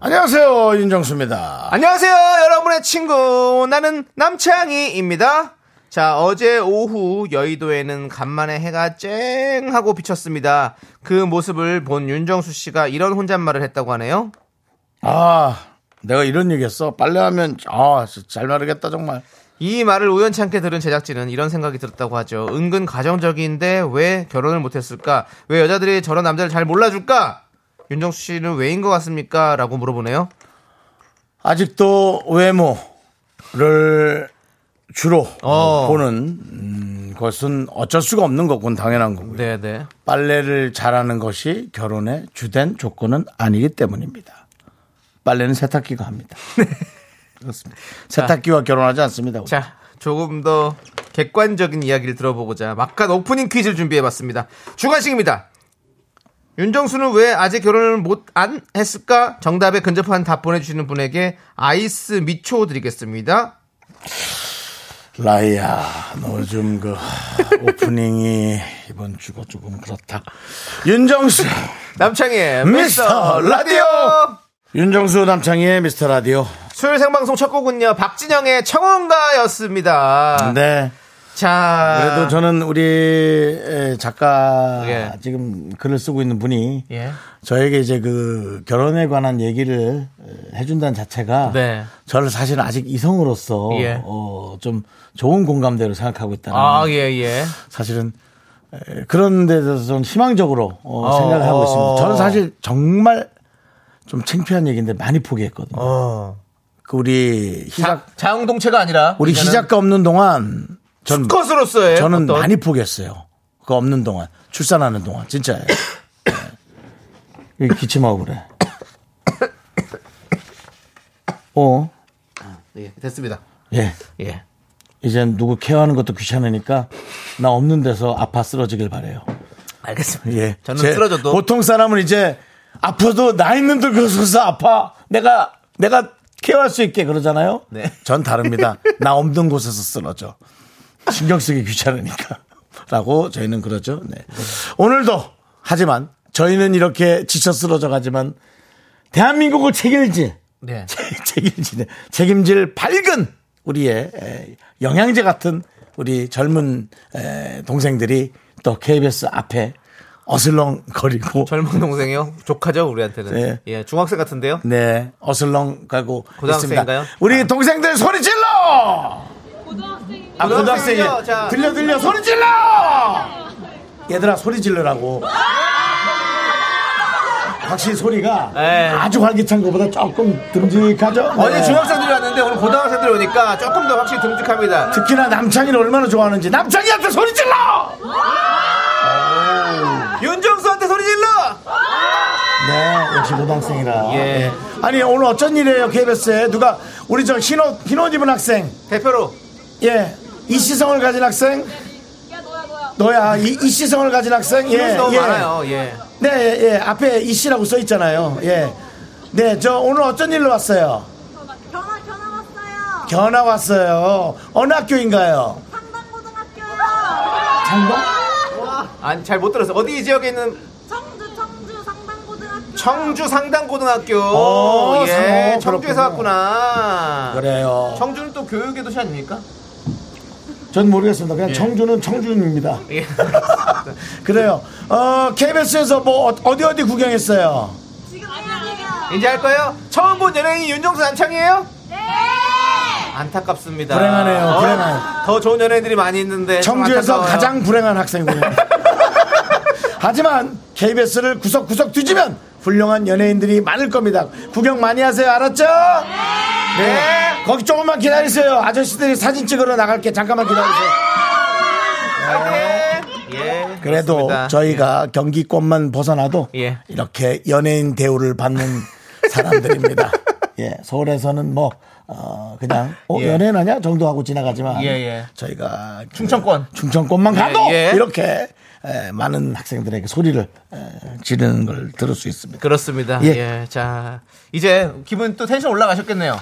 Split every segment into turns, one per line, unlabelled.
안녕하세요 윤정수입니다.
안녕하세요, 여러분의 친구. 나는 남창희입니다. 자, 어제 오후 여의도에는 간만에 해가 쨍 하고 비쳤습니다. 그 모습을 본 윤정수 씨가 이런 혼잣말을 했다고 하네요.
아 내가 이런 얘기했어. 빨래하면 아 잘 마르겠다 정말.
이 말을 우연찮게 들은 제작진은 이런 생각이 들었다고 하죠. 은근 가정적인데 왜 결혼을 못했을까? 왜 여자들이 저런 남자를 잘 몰라줄까? 윤정수 씨는 왜인 것 같습니까? 라고 물어보네요.
아직도 외모를 주로
어.
보는 음, 것은 어쩔 수가 없는 거군 당연한 거고요.
네네.
빨래를 잘하는 것이 결혼의 주된 조건은 아니기 때문입니다. 빨래는 세탁기가 합니다. 그렇습니다. 세탁기와 결혼하지 않습니다.
자, 조금 더 객관적인 이야기를 들어보고자 막간 오프닝 퀴즈를 준비해봤습니다. 주관식입니다. 윤정수는 왜 아직 결혼을 못 안 했을까? 정답에 근접한 답 보내주시는 분에게 아이스 미초 드리겠습니다.
라이야, 너 요즘 그 오프닝이 이번 주가 조금 그렇다. 윤정수,
남창희의
미스터
미스터
라디오!
라디오!
윤정수 남창희의 미스터 라디오.
수요일 생방송 첫 곡은요, 박진영의 청혼가였습니다.
네.
자.
그래도 저는 우리 에, 작가
예.
지금 글을 쓰고 있는 분이
예.
저에게 이제 그 결혼에 관한 얘기를 에, 해준다는 자체가
네.
저를 사실 아직 이성으로서
예.
어, 좀 좋은 공감대로 생각하고 있다는
아, 예, 예.
사실은 에, 그런 데 대해서 좀 희망적으로 어,
어,
생각을 하고
어,
있습니다.
어.
저는 사실 정말 좀 창피한 얘기인데 많이 포기했거든요.
어.
그 우리
자,
희작
자웅동체가 아니라.
우리
이제는
희작가 없는 동안 전
수컷으로서의.
저는
어떤-
많이 포기했어요. 그거 없는 동안 출산하는 동안 진짜예요. 여기 기침하고 그래. 어,
예, 됐습니다.
예.
예.
이제 누구 케어하는 것도 귀찮으니까 나 없는 데서 아파 쓰러지길 바래요.
알겠습니다.
예.
저는
제-
쓰러져도
보통 사람은 이제 아파도 나 있는 데 그곳에서 아파. 내가 내가 케어할 수 있게 그러잖아요.
네.
전 다릅니다. 나 없는 곳에서 쓰러져. 신경 쓰기 귀찮으니까. 라고 저희는 그러죠. 네. 오늘도 하지만 저희는 이렇게 지쳐 쓰러져 가지만 대한민국을 책임질
네.
책임질 책임질 밝은 우리의 에, 영양제 같은 우리 젊은 에, 동생들이 또 KBS 앞에 어슬렁거리고
젊은 동생이요. 조카죠, 우리한테는.
네.
예, 중학생 같은데요.
네 어슬렁 가고
고등학생인가요? 아.
있습니다. 우리 동생들 소리 질러! 아, 고등학생이
고등학생이요? 자.
들려 들려 소리 질러! 얘들아 소리 질러라고. 확실히 소리가
네.
아주 활기찬 것보다 조금 듬직하죠?
어제
네.
중학생들이 왔는데 오늘 고등학생들이 오니까 조금 더 확실히 듬직합니다.
특히나 남창이를 얼마나 좋아하는지 남창이한테 소리 질러!
윤정수한테 소리 질러!
네, 역시 고등학생이라.
예.
예. 아니 오늘 어쩐 일이에요 KBS에 누가 우리 저 흰옷 흰옷 입은 학생,
대표로.
예, 이 시성을 가진 학생. 너야 이, 이 시성을 가진 학생
예,
예,
너무
예.
많아요. 예.
네, 예, 예. 앞에 이 씨라고 써 있잖아요. 예. 네, 저 오늘 어쩐 일로 왔어요?
견학 견학 왔어요.
견학 왔어요. 어느 학교인가요?
상당고등학교요.
장동?
아니, 잘 못 들었어요. 어디 이 지역에 있는
청주 청주 상당고등학교.
청주 상당고등학교.
어,
예.
어,
청주에서
그렇군요.
왔구나.
그래요.
청주는 또 교육의 도시 아닙니까?
전 모르겠습니다. 그냥 청주는 청주입니다.
예.
예. 그래요. 어, KBS에서 뭐 어- 어디 어디 구경했어요?
지금 아니에요.
이제 할 거예요? 처음 본 연예인이 윤정수 남창이에요?
네.
안타깝습니다.
불행하네요,
어,
불행해요.
더 좋은 연예인들이 많이 있는데. 네, 좀
청주에서
안타까워요.
가장 불행한 학생군요. 하지만 KBS를 구석구석 뒤지면 훌륭한 연예인들이 많을 겁니다. 구경 많이 하세요. 알았죠? 네. 거기 조금만 기다리세요. 아저씨들이 사진 찍으러 나갈게. 잠깐만 기다리세요.
예. 예.
그래도
그렇습니다.
저희가 경기권만 벗어나도
예.
이렇게 연예인 대우를 받는 사람들입니다. 예, 서울에서는 뭐, 어, 그냥, 어,
예.
연예인 아니야? 정도 하고 지나가지만.
예, 예.
저희가. 그
충청권.
충청권만 가도
예.
이렇게 에, 많은 학생들에게 소리를 에, 지르는 걸 들을 수 있습니다.
그렇습니다.
예.
예. 자, 이제 기분 또 텐션 올라가셨겠네요.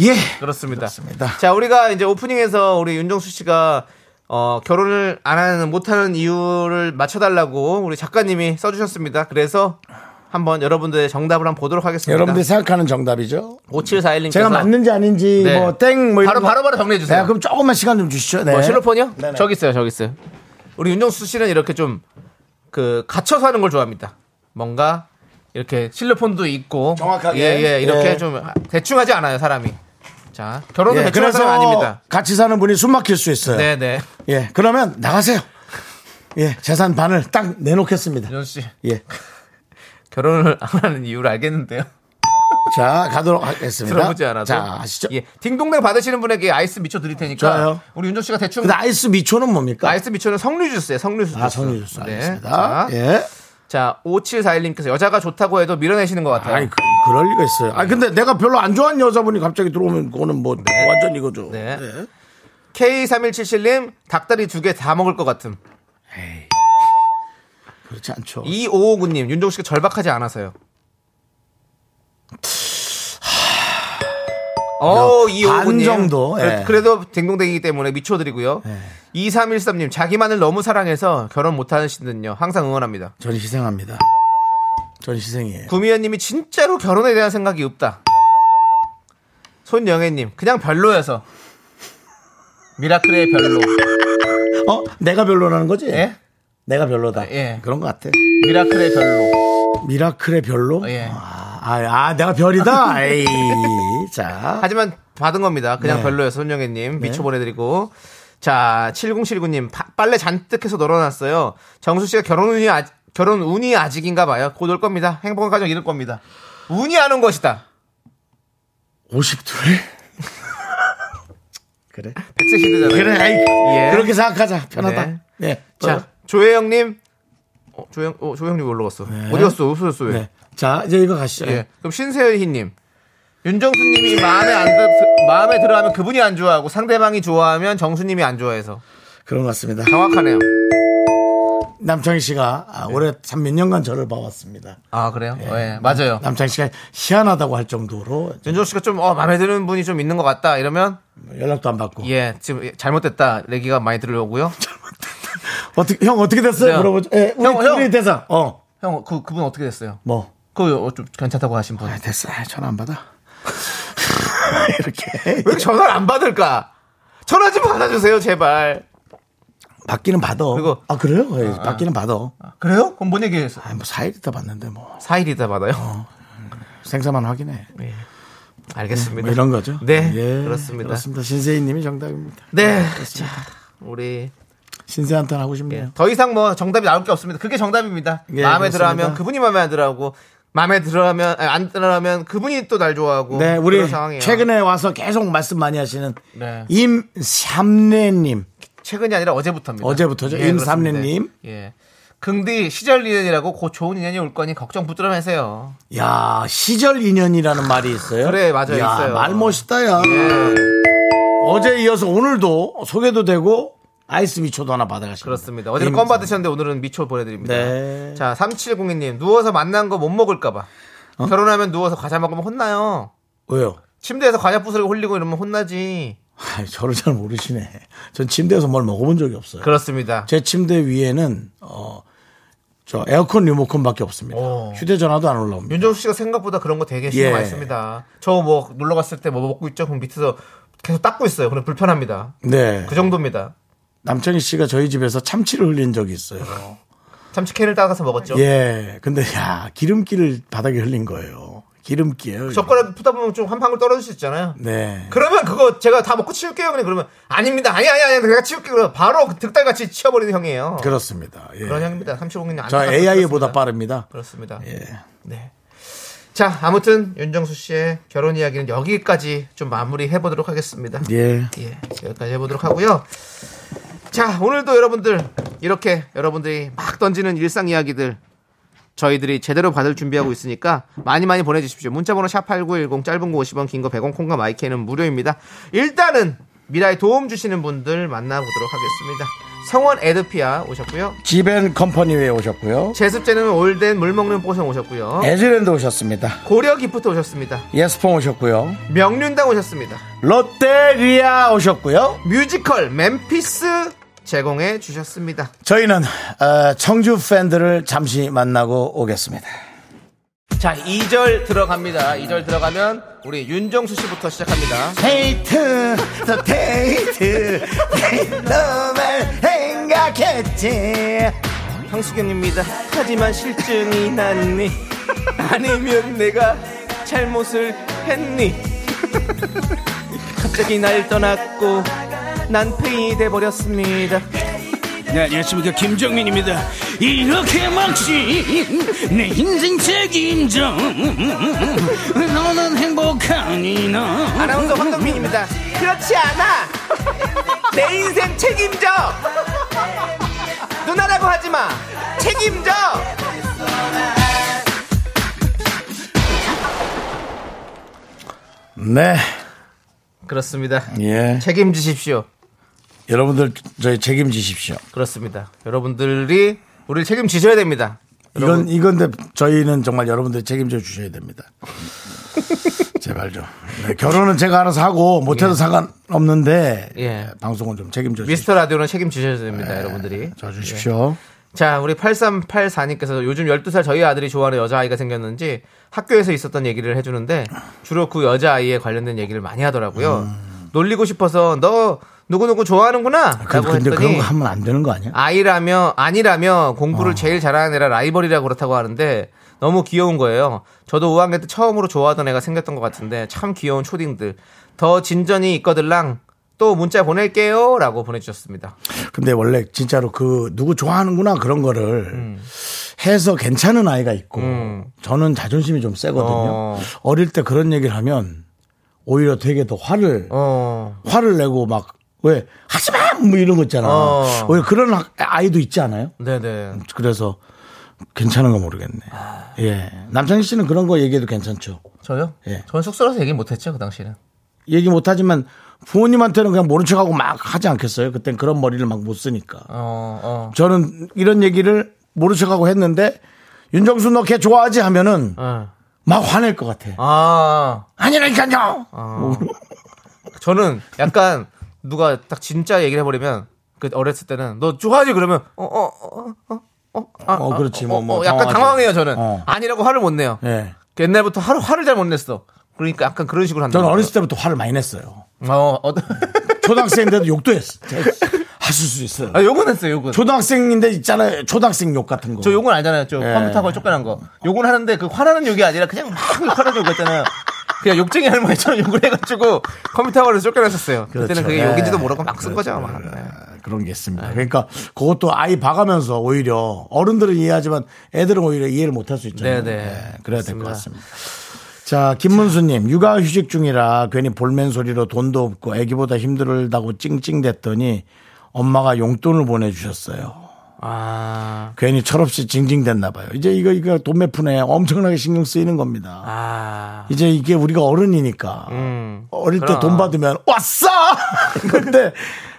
예.
그렇습니다.
그렇습니다.
자, 우리가 이제 오프닝에서 우리 윤정수 씨가 어, 결혼을 안 하는 못하는 이유를 맞춰달라고 우리 작가님이 써주셨습니다. 그래서 한번 여러분들의 정답을 한번 보도록 하겠습니다.
여러분들이 생각하는 정답이죠.
5741님께서
제가 맞는지 아닌지
네.
뭐 땡 뭐 이런
바로
거-
바로 바로 정리해 주세요.
네, 그럼 조금만 시간 좀 주시죠. 네.
뭐 실로폰이요?
네네.
저기 있어요, 저기 있어요. 우리 윤정수 씨는 이렇게 좀 그 갇혀서 하는 걸 좋아합니다. 뭔가 이렇게 실로폰도 있고
정확하게.
예예 이렇게
예.
좀 대충 하지 않아요 사람이. 자 결혼은
예,
대충 하는 사람 아닙니다.
같이 사는 분이 숨 막힐 수 있어요.
네네
예, 그러면 나가세요. 예, 재산 반을 딱 내놓겠습니다.
윤정수 씨
예.
결혼을 안 하는 이유를 알겠는데요.
자, 가도록 하겠습니다.
들어보지 않아도.
자, 아시죠?
예. 딩동댕 받으시는 분에게 아이스 미쳐 드릴 테니까.
좋아요.
우리 윤정 씨가 대충
근데 아이스 미초는 뭡니까?
아이스 미쳐는 석류 주스예요. 석류 주스.
아, 성유주스.
네.
알겠습니다.
자,
예.
자 5741님께서 여자가 좋다고 해도 밀어내시는 것 같아요.
아니, 그, 럴 리가 있어요. 아, 근데 내가 별로 안 좋아하는 여자분이 갑자기 들어오면 그거는 뭐, 완전 이거죠.
네.
예.
K3177님 닭다리 두 개 다 먹을 것 같음.
그렇지 않죠.
2559님 윤종 씨가 절박하지 않아서요. 어,
야,
2559님.
반 정도, 예.
그래도 댕동댕이기 때문에 미쳐드리고요. 2313님 자기만을 너무 사랑해서 결혼 못하시는요. 항상 응원합니다.
저는 희생합니다. 저는 희생이에요.
구미연님이 진짜로 결혼에 대한 생각이 없다. 손영애님 그냥 별로여서 미라클의 별로.
어? 내가 별로라는 거지?
예?
내가 별로다.
예.
그런 것 같아.
미라클의 별로.
미라클의 별로?
예.
아, 아, 아, 내가 별이다? 에이. 자.
하지만 받은 겁니다. 그냥
네.
별로였어, 손영애님. 미쳐 보내드리고. 자, 7079님. 빨래 잔뜩 해서 널어놨어요. 정수 씨가 결혼 운이, 아, 결혼 운이 아직인가 봐요. 곧 올 겁니다. 행복한 가정 이룰 겁니다. 운이 안 온 것이다.
52? 그래.
백세 시대잖아요.
그래, 아이,
예.
네. 그렇게 생각하자. 편하다. 네.
자, 조혜영님. 어, 조혜영, 어, 조혜영님 올라갔어. 어디 갔어? 없어졌어, 왜?
네. 자, 이제 이거 가시죠. 네.
예. 그럼 신세희님. 윤정수님이 마음에 안 들, 마음에 들어하면 그분이 안 좋아하고 상대방이 좋아하면 정수님이 안 좋아해서
그런 것 같습니다.
정확하네요.
남창희 씨가 아,
네.
올해 참 몇 년간 저를 봐왔습니다.
아 그래요?
네.
예, 맞아요.
남창희 씨가 희한하다고 할 정도로
윤종 씨가 좀, 어, 마음에 드는 분이 좀 있는 것 같다. 이러면,
연락도 안 받고.
예, 지금 잘못됐다. 얘기가 많이 들려오고요.
어떻게, 형 어떻게 됐어요?
네.
물어보죠. 예, 우리,
형, 형.
우리 대상. 어,
형, 그, 그분 어떻게 됐어요?
뭐.
그, 좀 괜찮다고 하신 분.
아,
왜
됐어. 아, 전화 안 받아. 이렇게.
이렇게 전화를 안 받을까? 전화 좀 받아주세요, 제발.
받기는 받아.
그리고-
아, 그래요? 예, 받기는 받아. 아,
그래요? 그럼 뭔 어. 얘기했어?
뭐, 4일 있다 봤는데, 뭐.
4일 있다 받아요.
생사만 확인해.
알겠습니다.
뭐 이런 거죠.
네,
예,
그렇습니다.
그렇습니다. 신세희 님이 정답입니다.
네. 자, 우리.
신세한탄 하고 싶네요.
더 이상 뭐 정답이 나올 게 없습니다. 그게 정답입니다.
예,
마음에
그렇습니다.
들어하면 그분이 마음에 안 들어하고, 마음에 들어하면, 아니, 안 들어하면 그분이 또 날 좋아하고.
네, 우리
뭐 그런 상황이에요.
최근에 와서 계속 말씀 많이 하시는
네.
임삼례님.
최근이 아니라 어제부터입니다. 예,
어제부터죠? 임삼례님.
그렇습니다. 예. 긍디 시절 인연이라고 곧 좋은 인연이 올 거니 걱정 붙들어매세요.
야 시절 인연이라는 말이 있어요.
그래, 맞아요,
야,
있어요. 예.
말 멋있다야. 어제 이어서 오늘도 소개도 되고 아이스 미초도 하나 받아가시고
그렇습니다. 어제는 껌 받으셨는데 오늘은 미초 보내드립니다.
네.
자, 3702님. 누워서 만난 거 못 먹을까봐.
어?
결혼하면 누워서 과자 먹으면 혼나요.
왜요?
침대에서 과자 부스러기 홀리고 이러면 혼나지.
아, 저를 잘 모르시네. 전 침대에서 뭘 먹어본 적이 없어요.
그렇습니다.
제 침대 위에는 어, 저 에어컨 리모컨밖에 없습니다.
오.
휴대전화도 안 올라옵니다.
윤정수 씨가 생각보다 그런 거 되게 신경
예.
많이 씁니다. 저 뭐 놀러 갔을 때 뭐 먹고 있죠? 그럼 밑에서 계속 닦고 있어요. 그럼 불편합니다.
네,
그 정도입니다.
남창희 씨가 저희 집에서 참치를 흘린 적이 있어요.
참치캔을 따가서 먹었죠.
예, 근데 야 기름기를 바닥에 흘린 거예요. 기름기예요.
그러니까. 젓가락 푸다 보면 좀 한 방울 떨어질 수 있잖아요.
네.
그러면 그거 제가 다 먹고 치울게요. 그냥 그러면 아닙니다. 아니 아니 아니 내가 치울게. 그럼 바로 득달 같이 치워버리는 형이에요. 그
그렇습니다. 예.
런 형입니다. 35년 안.
저 AI보다 빠릅니다.
그렇습니다.
예.
네. 자 아무튼 윤정수 씨의 결혼 이야기는 여기까지 좀 마무리 해보도록 하겠습니다.
예.
예, 여기까지 해보도록 하고요. 자, 오늘도 여러분들 이렇게 여러분들이 막 던지는 일상 이야기들 저희들이 제대로 받을 준비하고 있으니까 많이 많이 보내주십시오. 문자번호 샵8910 짧은 거 50원 긴 거 100원 콩과 마이크는 무료입니다. 일단은 미라에 도움 주시는 분들 만나보도록 하겠습니다. 성원 에드피아 오셨고요.
지벤 컴퍼니에 오셨고요.
제습제는 올덴 물 먹는 뽀송 오셨고요.
에즈랜드 오셨습니다.
고려 기프트 오셨습니다.
예스폼 오셨고요.
명륜당 오셨습니다.
롯데리아 오셨고요.
뮤지컬 멤피스 제공해 주셨습니다.
저희는 어, 청주 팬들을 잠시 만나고 오겠습니다.
자, 2절 들어갑니다. 2절 들어가면 우리 윤정수 씨부터 시작합니다.
데이트 더 데이트 너만 생각했지
형수경입니다. 하지만 실증이 났니? 아니면 내가 잘못을 했니? 갑자기 날 떠났고 난 페이돼 버렸습니다.
네, 안녕하십니까. 김정민입니다. 이렇게 막지, 내 인생 책임져. 너는 행복하니, 너.
아나운서 황동민입니다. 그렇지 않아. 내 인생 책임져. 누나라고 하지 마. 책임져.
네
그렇습니다.
예.
책임지십시오.
여러분들 저희 책임지십시오.
그렇습니다. 여러분들이 우리를 책임지셔야 됩니다.
이건 이건데 저희는 정말 여러분들 책임져 주셔야 됩니다. 제발 좀 네, 결혼은 제가 알아서 하고 못해도 상관없는데
예.
방송은 좀 책임져 주십시오.
미스터 예. 라디오는 책임지셔야 됩니다,
네,
여러분들이.
저 주십시오.
자, 우리 8384님께서 요즘 12살 저희 아들이 좋아하는 여자아이가 생겼는지 학교에서 있었던 얘기를 해주는데 주로 그 여자아이에 관련된 얘기를 많이 하더라고요. 놀리고 싶어서 너 누구누구 좋아하는구나?
음. 그,
라고
근데 그런
했더니
거 하면 안 되는 거 아니야?
아이라며, 아니라며 공부를 제일 잘하는 애라 라이벌이라고 그렇다고 하는데 너무 귀여운 거예요. 저도 5학년 때 처음으로 좋아하던 애가 생겼던 것 같은데 참 귀여운 초딩들. 더 진전이 있거들랑 또 문자 보낼게요. 라고 보내주셨습니다.
근데 원래 진짜로 그 누구 좋아하는구나 그런 거를 해서 괜찮은 아이가 있고 저는 자존심이 좀 세거든요.
음. 어.
어. 릴때 그런 얘기를 하면 오히려 되게 더 화를
어.
화를 내고 막 왜 하지마 뭐 이런 거 있잖아.
어.
왜 그런 학- 아이도 있지 않아요?
네네.
그래서 괜찮은 거 모르겠네.
아.
예. 남창희 씨는 그런 거 얘기해도 괜찮죠.
저요?
예.
저는 쑥스러워서 얘기 못했죠, 그 당시에는.
얘기 못 하지만 부모님한테는 그냥 모른 척하고 막 하지 않겠어요? 그땐 그런 머리를 막 못 쓰니까.
어, 어.
저는 이런 얘기를 모른 척하고 했는데 윤정수 너 걔 좋아하지 하면은
어.
막 화낼 것 같아.
아,
아니라니까요.
저는 약간 누가 딱 진짜 얘기를 해버리면 그 어렸을 때는 너 좋아하지 그러면 어, 어, 어, 어, 어, 아,
어, 그렇지. 뭐, 뭐
어, 약간
당황하죠.
당황해요 저는
어.
아니라고 화를 못 내요.
예.
그 옛날부터 화를 화를 잘 못 냈어. 그러니까 약간 그런 식으로 한다.
저는 어렸을 때부터 화를 많이 냈어요.
어, 어,
초등학생인데도 욕도 했어. 제가 하실 수 있어요.
아, 욕은 했어요 욕은.
초등학생인데 있잖아요. 초등학생 욕 같은 거.
저 욕은 알잖아요. 저
예.
컴퓨터하고 쫓겨난 거. 욕은 하는데 그 화나는 욕이 아니라 그냥 막 화나는 욕 같잖아요. 그냥 욕쟁이 할머니처럼 욕을 해가지고 컴퓨터하고 쫓겨났었어요. 그때는
그렇죠.
그게
예.
욕인지도 모르고 막 쓴 거죠. 막. 네.
아, 그런 게 있습니다. 그러니까 그것도 아이 봐가면서 오히려 어른들은 이해하지만 애들은 오히려 이해를 못 할 수 있잖아요.
네네.
예, 그래야 될 것 같습니다. 자, 김문수님, 육아 휴직 중이라 괜히 볼멘 소리로 돈도 없고 애기보다 힘들다고 찡찡댔더니 엄마가 용돈을 보내주셨어요.
아,
괜히 철없이 징징댔나 봐요. 이제 이거 이거 돈 베푸네 엄청나게 신경 쓰이는 겁니다.
아,
이제 이게 우리가 어른이니까 어릴 때
음. 그럼.
돈 받으면 왔어. 근데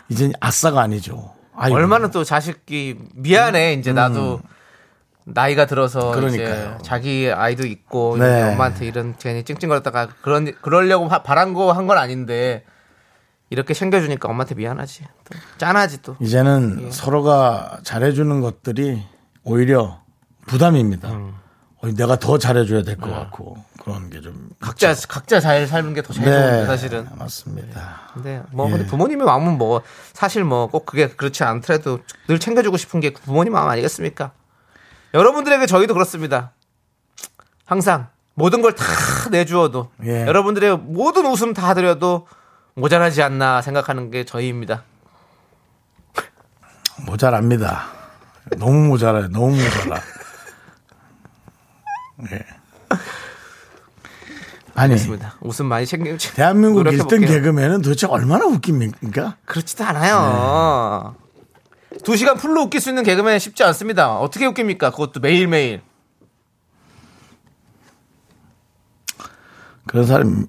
이제 아싸가 아니죠. 아이고. 음.
얼마나 또 자식이 미안해. 이제 나도 나이가 들어서
그러니까요.
이제 자기 아이도 있고
네.
이제 엄마한테 이런 괜히 찡찡거렸다가 그런 그러려고 하- 바란 거 한 건 아닌데 이렇게 챙겨주니까 엄마한테 미안하지. 또 짠하지 또.
이제는 서로가 잘해주는 것들이 오히려 부담입니다.
음.
어, 내가 더 잘해줘야 될
네.
것 같고 그런 게 좀.
각자 각자 잘 사는 게 더 제일
네.
좋은데 사실은.
맞습니다.
근데 뭐
예.
근데 부모님의 마음은 뭐 사실 뭐 꼭 그게 그렇지 않더라도 늘 챙겨주고 싶은 게 부모님 마음 아니겠습니까? 여러분들에게 저희도 그렇습니다. 항상 모든 걸 다 내주어도
예.
여러분들의 모든 웃음 다 드려도 모자라지 않나 생각하는 게 저희입니다.
모자랍니다. 너무 모자라요. 너무 모자라. 예. 아니
그렇습니다. 웃음 많이 챙겨 주
대한민국 1등 개그맨은 도대체 얼마나 웃깁니까?
그렇지도 않아요.
네.
두 시간 풀로 웃길 수 있는 개그맨 쉽지 않습니다. 어떻게 웃깁니까? 그것도 매일매일.
그런 사람이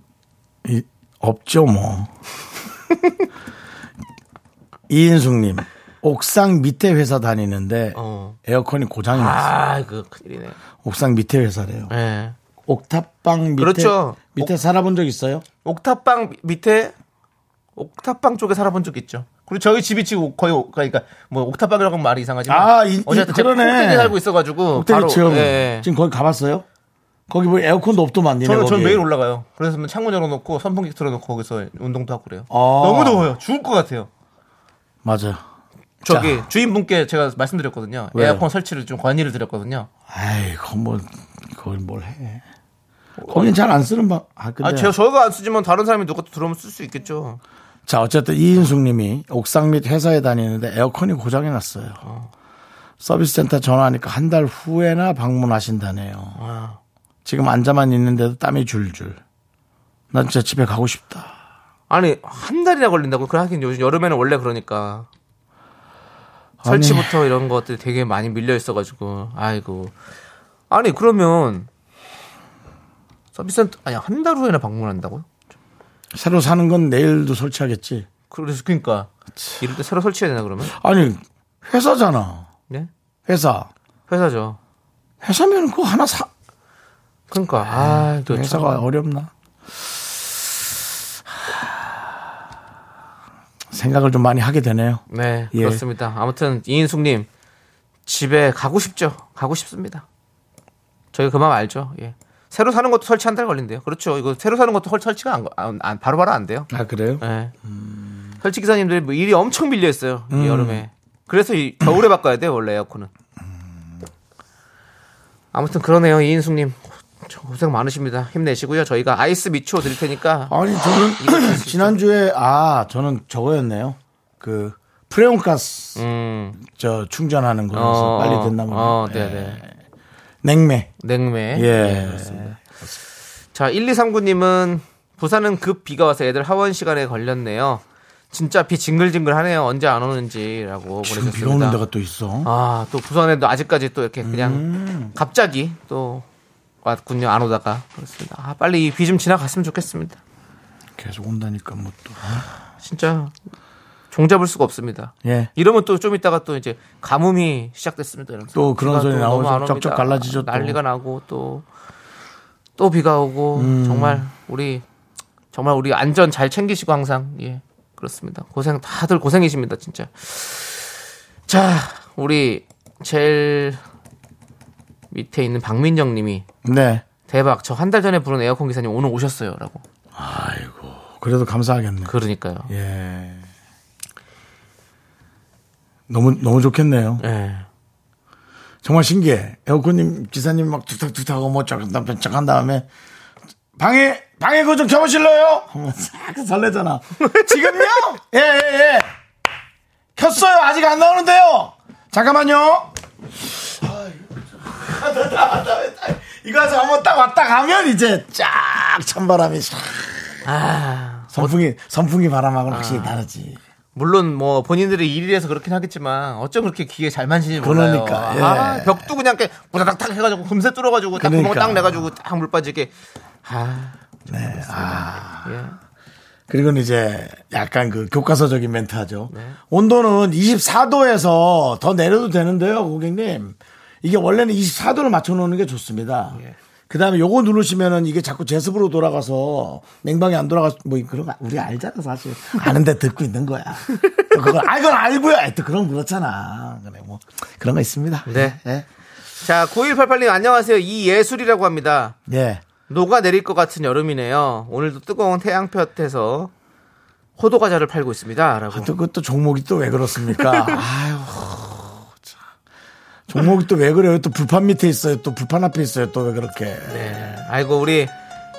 없죠, 뭐. 이인숙님, 옥상 밑에 회사 다니는데
어.
에어컨이 고장이 났어요.
아, 그 큰일이네.
옥상 밑에 회사래요.
예.
옥탑방 밑에
그렇죠.
밑에 살아본 적 있어요?
옥탑방 미- 밑에 옥탑방 쪽에 살아본 적 있죠. 그리고 저희 집이 지금 거의 옥- 그러니까 뭐 옥탑방이라고 하면 말이 이상하지만
아, 이- 이-
어쨌든 제가
그러네.
꼭대기 살고 있어가지고
옥탑이 지금
예, 예.
지금 거기 가봤어요? 거기 뭐 에어컨도 없더만 니네
저는
거기.
저는 매일 올라가요. 그래서 뭐 창문 열어놓고 선풍기 틀어놓고 거기서 운동도 하고 그래요.
아.
너무 더워요. 죽을 것 같아요.
맞아.
저기 주인분께 제가 말씀드렸거든요.
왜요?
에어컨 설치를 좀 권유를 드렸거든요.
아이, 그건 뭐 그걸 뭘 해? 거긴 잘 안 쓰는 방. 아, 근데
아, 제가 저가 안 쓰지만 다른 사람이 누가 또 들어오면 쓸 수 있겠죠.
자, 어쨌든 이인숙님이 옥상 및 회사에 다니는데 에어컨이 고장이 났어요. 서비스 센터 전화하니까 한 달 후에나 방문하신다네요. 지금 앉아만 있는데도 땀이 줄줄. 난 진짜 집에 가고 싶다.
아니 한 달이나 걸린다고 그래 하긴 요즘 여름에는 원래 그러니까 설치부터 이런 것들이 되게 많이 밀려 있어가지고 아이고 아니 그러면 서비스 센터 아니 한 달 후에나 방문한다고요?
새로 사는 건 내일도 설치하겠지.
그래서 그러니까 이럴 때 새로 설치해야 되나 그러면?
아니, 회사잖아.
네
회사.
회사죠.
회사면 그거 하나 사.
그러니까 아또
회사가 어렵나? 생각을 좀 많이 하게 되네요.
네
예.
그렇습니다. 아무튼 이인숙님 집에 가고 싶죠? 가고 싶습니다. 저희 그만 알죠. 예. 새로 사는 것도 설치 한 달 걸린대요. 그렇죠. 이거 새로 사는 것도 설- 설치가 안, 안- 안- 바로바로 안 돼요.
아, 그래요?
예.
음.
설치 기사님들이 뭐 일이 엄청 밀려 있어요 이 여름에. 그래서 이 겨울에 바꿔야 돼요 원래 에어컨은.
음.
아무튼 그러네요 이인숙님 저 고생 많으십니다. 힘내시고요. 저희가 아이스 미초 드릴 테니까
아니 저는 지난주에 아 저는 저거였네요. 그 프레온 가스
음,
저 충전하는 거라서
어,
빨리 됐나 보네.
어,
예.
네네. 네?
냉매.
냉매.
예.
자 1239님은 부산은 급 비가 와서 애들 하원 시간에 걸렸네요. 진짜 비 징글징글하네요. 언제 안 오는지라고
지금
보내셨습니다.
비가 오는 데가 또 있어.
아, 또 부산에도 아직까지 또 이렇게 그냥
음.
갑자기 또 왔군요. 안 오다가. 그렇습니다. 아, 빨리 이 비 좀 지나갔으면 좋겠습니다.
계속 온다니까 뭐 또.
진짜 종잡을 수가 없습니다.
예.
이러면 또 좀 있다가 또 이제 가뭄이 시작됐습니다. 이러면서.
또 그런
비가
소리
또
나오면서
너무 안 옵니다.
쩍쩍 갈라지죠, 또.
난리가 나고 또, 또 비가 오고
음.
정말 우리, 정말 우리 안전 잘 챙기시고 항상. 예. 그렇습니다. 고생, 다들 고생이십니다. 진짜. 자, 우리 제일 밑에 있는 박민정 님이
네.
대박. 저 한 달 전에 부른 에어컨 기사님 오늘 오셨어요. 라고.
그래도 감사하겠네. 요
그러니까요.
예. 너무 너무 좋겠네요.
예.
정말 신기해. 에어컨님 기사님 막 툭탁툭탁하고 뭐 쩍한다한 다음에 방해 방해 구좀 켜보실래요? 하면 싹 설레잖아. 지금요? 예예 예, 예. 켰어요. 아직 안 나오는데요. 잠깐만요. 아, 이거 좀- 나, 나, 나, 나, 이거 해서 한번 딱 왔다 가면 이제 쫙 찬바람이 샥. 선풍기 선풍기 바람하고 는 확실히 다르지.
물론 뭐 본인들의 일이라서 그렇긴 하겠지만 어쩜 그렇게 기계 잘 만지는지 몰라요.
그러니까, 예.
아, 벽도 그냥 이렇게 우다닥탁 해가지고 금세 뚫어가지고 딱 구멍
그러니까.
딱 내가지고 딱 물 빠지게. 아, 네.
그리고 는 이제 약간 그 교과서적인 멘트 하죠. 온도는 24도에서 더 내려도 되는데요, 고객님. 이게 원래는 24도를 맞춰놓는 게 좋습니다. 그 다음에 요거 누르시면은 이게 자꾸 제습으로 돌아가서 냉방이 안 돌아가, 뭐 그런 거 우리 알잖아, 사실. 아는데 듣고 있는 거야. 또 그걸, 아, 이건 알고요. 또 그런 거 그렇잖아. 그래, 뭐. 그런 거 있습니다.
네.
예.
자, 9188님 안녕하세요. 이예술이라고 합니다.
예.
녹아 내릴 것 같은 여름이네요. 오늘도 뜨거운 태양볕에서 호두 과자를 팔고 있습니다.라고.
아, 또 그것도 종목이 또 왜 그렇습니까? 아유. 참. 종목이 또 왜 그래요? 또 불판 밑에 있어요. 또 불판 앞에 있어요. 또 왜 그렇게.
네. 아이고 우리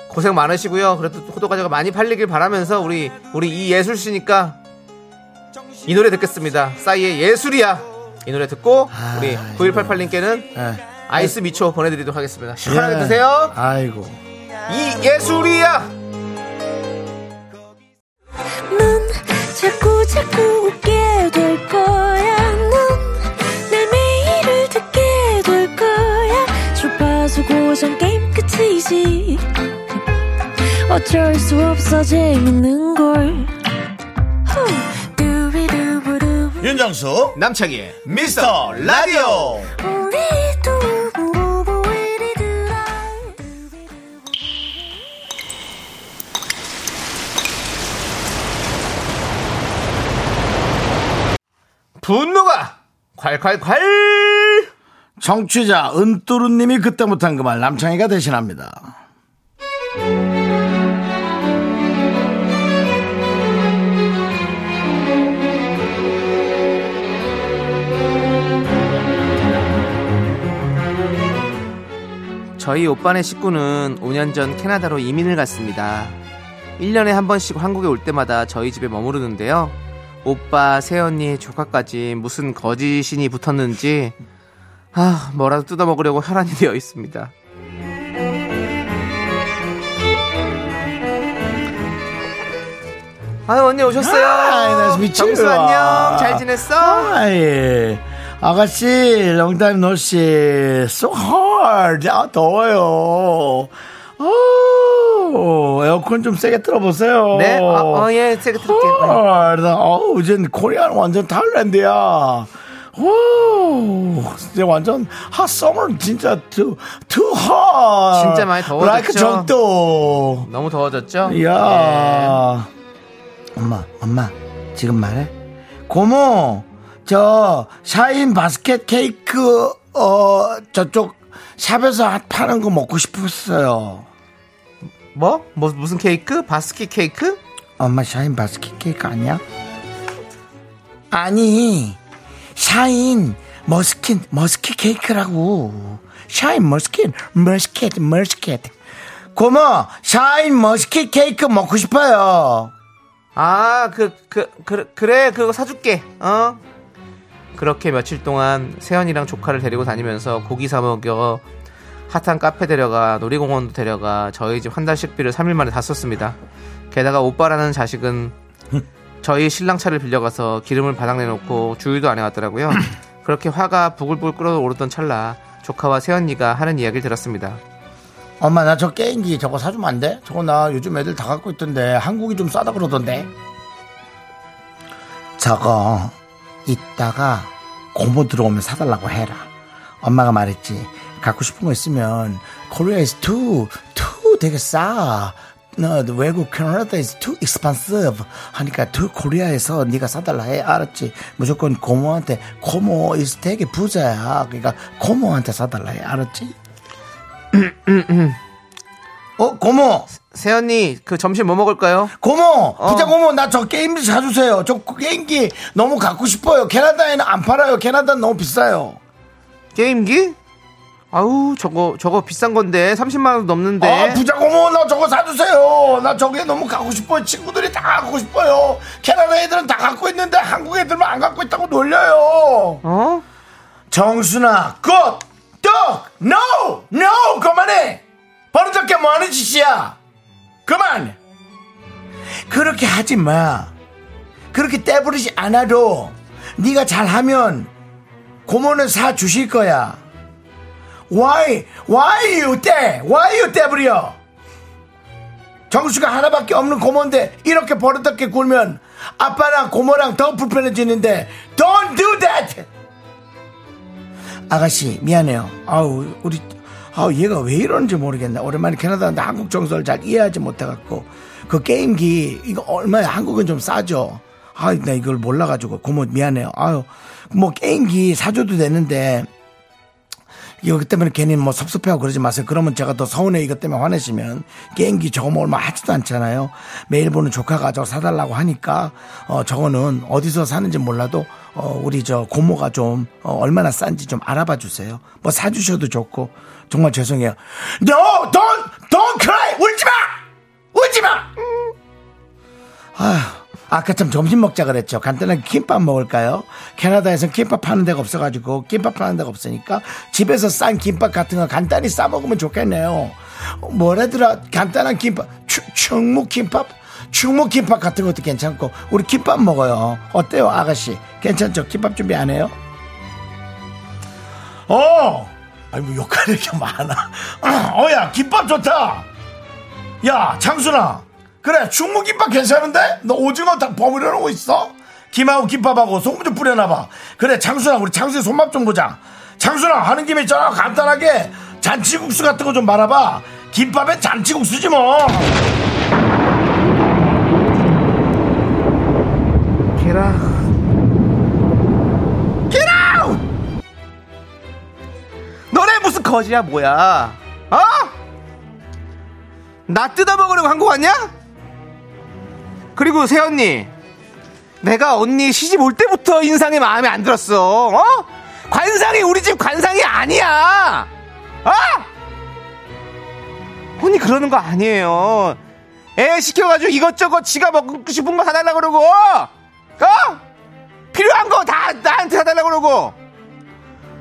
고생 많으시고요. 그래도 호두 과자가 많이 팔리길 바라면서 우리 우리 이 예술 씨니까 이 노래 듣겠습니다. 싸이의 예술이야. 이 노래 듣고 우리 9188님께는
예.
아이스 미초 보내드리도록 하겠습니다. 시원하게
예.
드세요.
아이고.
이 예술이야.
넌 자꾸 자꾸 웃게 될 거야. 넌내 매일을 듣게 될 거야. 주파수 고정 게임 끝이지. 어쩔 수 없어 재밌는 걸 후. 두비두부두.
윤정수
남창희의 미스터 라디오
우리 두부부부 우리들아. 두비두부.
분노가 콸콸콸
정취자 은뚜루님이 그때 못한 그 말 남창희가 대신합니다.
저희 오빠네 식구는 5년 전 캐나다로 이민을 갔습니다. 1년에 한 번씩 한국에 올 때마다 저희 집에 머무르는데요. 오빠, 새언니, 조카까지 무슨 거짓신이 붙었는지 아, 뭐라도 뜯어먹으려고 혈안이 되어 있습니다. 아유 언니 오셨어요.
아이, nice to meet you.
정수 안녕. 잘 지냈어?
아, 예. 아가씨, long time no see. So hard. 아, 더워요. 오, 에어컨 좀 세게 틀어보세요.
네. 어예 세게 들을게요.
헐, 어, 이젠 코리안 완전 탈랜드야. 오, 진짜 완전 핫썸을 진짜 too too hot.
진짜 많이 더워졌죠?
Like 적도.
너무 더워졌죠? 예.
이야.
네.
엄마, 엄마, 지금 말해? 고모, 저, 샤인 바스켓 케이크, 어, 저쪽, 샵에서 파는 거 먹고 싶었어요.
예. 뭐? 뭐 무슨 케이크? 바스키 케이크?
엄마, 샤인 바스켓 케이크 아니야? 아니, 샤인, 머스킨, 머스키 케이크라고. 샤인, 머스킨, 머스켓, 머스켓. 고모, 샤인 머스키 케이크 먹고 싶어요.
아, 그, 그, 그, 그래, 그거 사줄게, 어? 그렇게 며칠 동안 세연이랑 조카를 데리고 다니면서 고기 사먹여 핫한 카페 데려가 놀이공원도 데려가 저희 집 한 달 식비를 3일 만에 다 썼습니다. 게다가 오빠라는 자식은 저희 신랑 차를 빌려가서 기름을 바닥 내놓고 주유도 안 해왔더라고요. 그렇게 화가 부글부글 끓어오르던 찰나 조카와 세연이가 하는 이야기를 들었습니다.
엄마 나 저 게임기 저거 사주면 안 돼? 저거 나 요즘 애들 다 갖고 있던데 한국이 좀 싸다 그러던데 저거 이따가 고모 들어오면 사달라고 해라 엄마가 말했지 갖고 싶은 거 있으면 코리아에서 투, 투 되게 싸 너, 외국 캐나다에서 too expensive 하니까 투 코리아에서 네가 사달라 해 알았지 무조건 고모한테 고모 is 되게 부자야 그러니까 고모한테 사달라 해 알았지 어 고모
세연이, 그 점심 뭐 먹을까요?
고모 부자 고모 나 저 게임기 사주세요 저 게임기 너무 갖고 싶어요 캐나다에는 안 팔아요 캐나다는 너무 비싸요
게임기? 아우 저거 저거 비싼 건데 30만 원 넘는데
아 부자 고모 나 저거 사주세요 나 저게 너무 갖고 싶어요 친구들이 다 갖고 싶어요 캐나다 애들은 다 갖고 있는데 한국 애들만 안 갖고 있다고 놀려요
어?
정순아 굿! 떡! 노! 노! 그만해! 버릇없게 뭐하는 짓이야 그만 그렇게 하지 마 그렇게 떼부리지 않아도 네가 잘하면 고모는 사 주실 거야 why why you 떼 why you 떼부려 정수가 하나밖에 없는 고모인데 이렇게 버릇없게 굴면 아빠랑 고모랑 더 불편해지는데 don't do that 아가씨 미안해요. 아우 우리 아우 얘가 왜 이러는지 모르겠네. 오랜만에 캐나다인데 한국 정서를 잘 이해하지 못해갖고 그 게임기 이거 얼마야? 한국은 좀 싸죠. 아나 이걸 몰라가지고 고모 미안해요. 아유 뭐 게임기 사줘도 되는데 이거 때문에 괜히 뭐 섭섭해하고 그러지 마세요. 그러면 제가 더 서운해 이것 때문에 화내시면 게임기 저거 뭐 얼마 하지도 않잖아요. 매일 보는 조카가 저거 사달라고 하니까 어 저거는 어디서 사는지 몰라도 어 우리 저 고모가 좀 어, 얼마나 싼지 좀 알아봐 주세요. 뭐 사주셔도 좋고 정말 죄송해요. No, don't, don't cry, 울지 마, 울지 마. 아휴, 아까 참 점심 먹자 그랬죠. 간단하게 김밥 먹을까요? 캐나다에선 김밥 파는 데가 없어가지고 김밥 파는 데가 없으니까 집에서 싼 김밥 같은 거 간단히 싸 먹으면 좋겠네요. 어, 뭐라더라 간단한 김밥 추, 충무 김밥 충무 김밥 같은 것도 괜찮고 우리 김밥 먹어요. 어때요 아가씨? 괜찮죠? 김밥 준비 안 해요? 어! 아니 뭐 욕할 게 많아. 어야 김밥 좋다. 야, 창순아. 그래, 충무김밥 괜찮은데? 너 오징어 다 버무려놓고 있어? 김하고 김밥하고 소금 좀 뿌려놔봐. 그래, 창순아, 우리 창순이 손맛 좀 보자. 창순아, 하는 김에 있잖아. 간단하게 잔치국수 같은 거 좀 말아봐. 김밥엔 잔치국수지 뭐.
계라. 계라! 너네 무슨 거지야 뭐야? 어? 나 뜯어먹으려고 한 거 같냐? 그리고 세언니 내가 언니 시집 올 때부터 인상이 마음에 안 들었어 어? 관상이 우리 집 관상이 아니야 어? 언니 그러는 거 아니에요 애 예, 시켜가지고 이것저것 지가 먹고 싶은 거 사달라 그러고 어? 필요한 거 다 나한테 사달라 그러고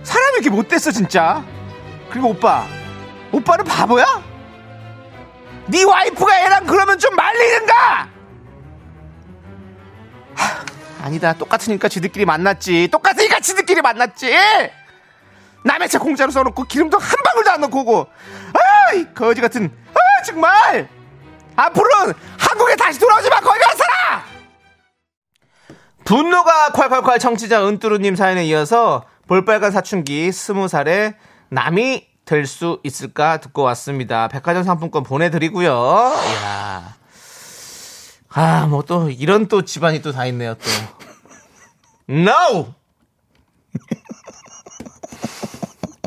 사람이 이렇게 못됐어 진짜 그리고 오빠 오빠는 바보야? 네 와이프가 애랑 그러면 좀 말리는가? 아니다 똑같으니까 지들끼리 만났지 똑같으니까 지들끼리 만났지 남의 차 공짜로 써놓고 기름도 한 방울도 안 넣고 오고 아이 거지 같은 아 정말 앞으로는 한국에 다시 돌아오지 마 거기 안 살아 분노가 콸콸콸 청취자 은뚜루님 사연에 이어서 볼빨간 사춘기 스무 살에 남이 될 수 있을까 듣고 왔습니다 백화점 상품권 보내드리고요 이야. 아, 뭐 또 이런 또 집안이 또 다 있네요, 또. No!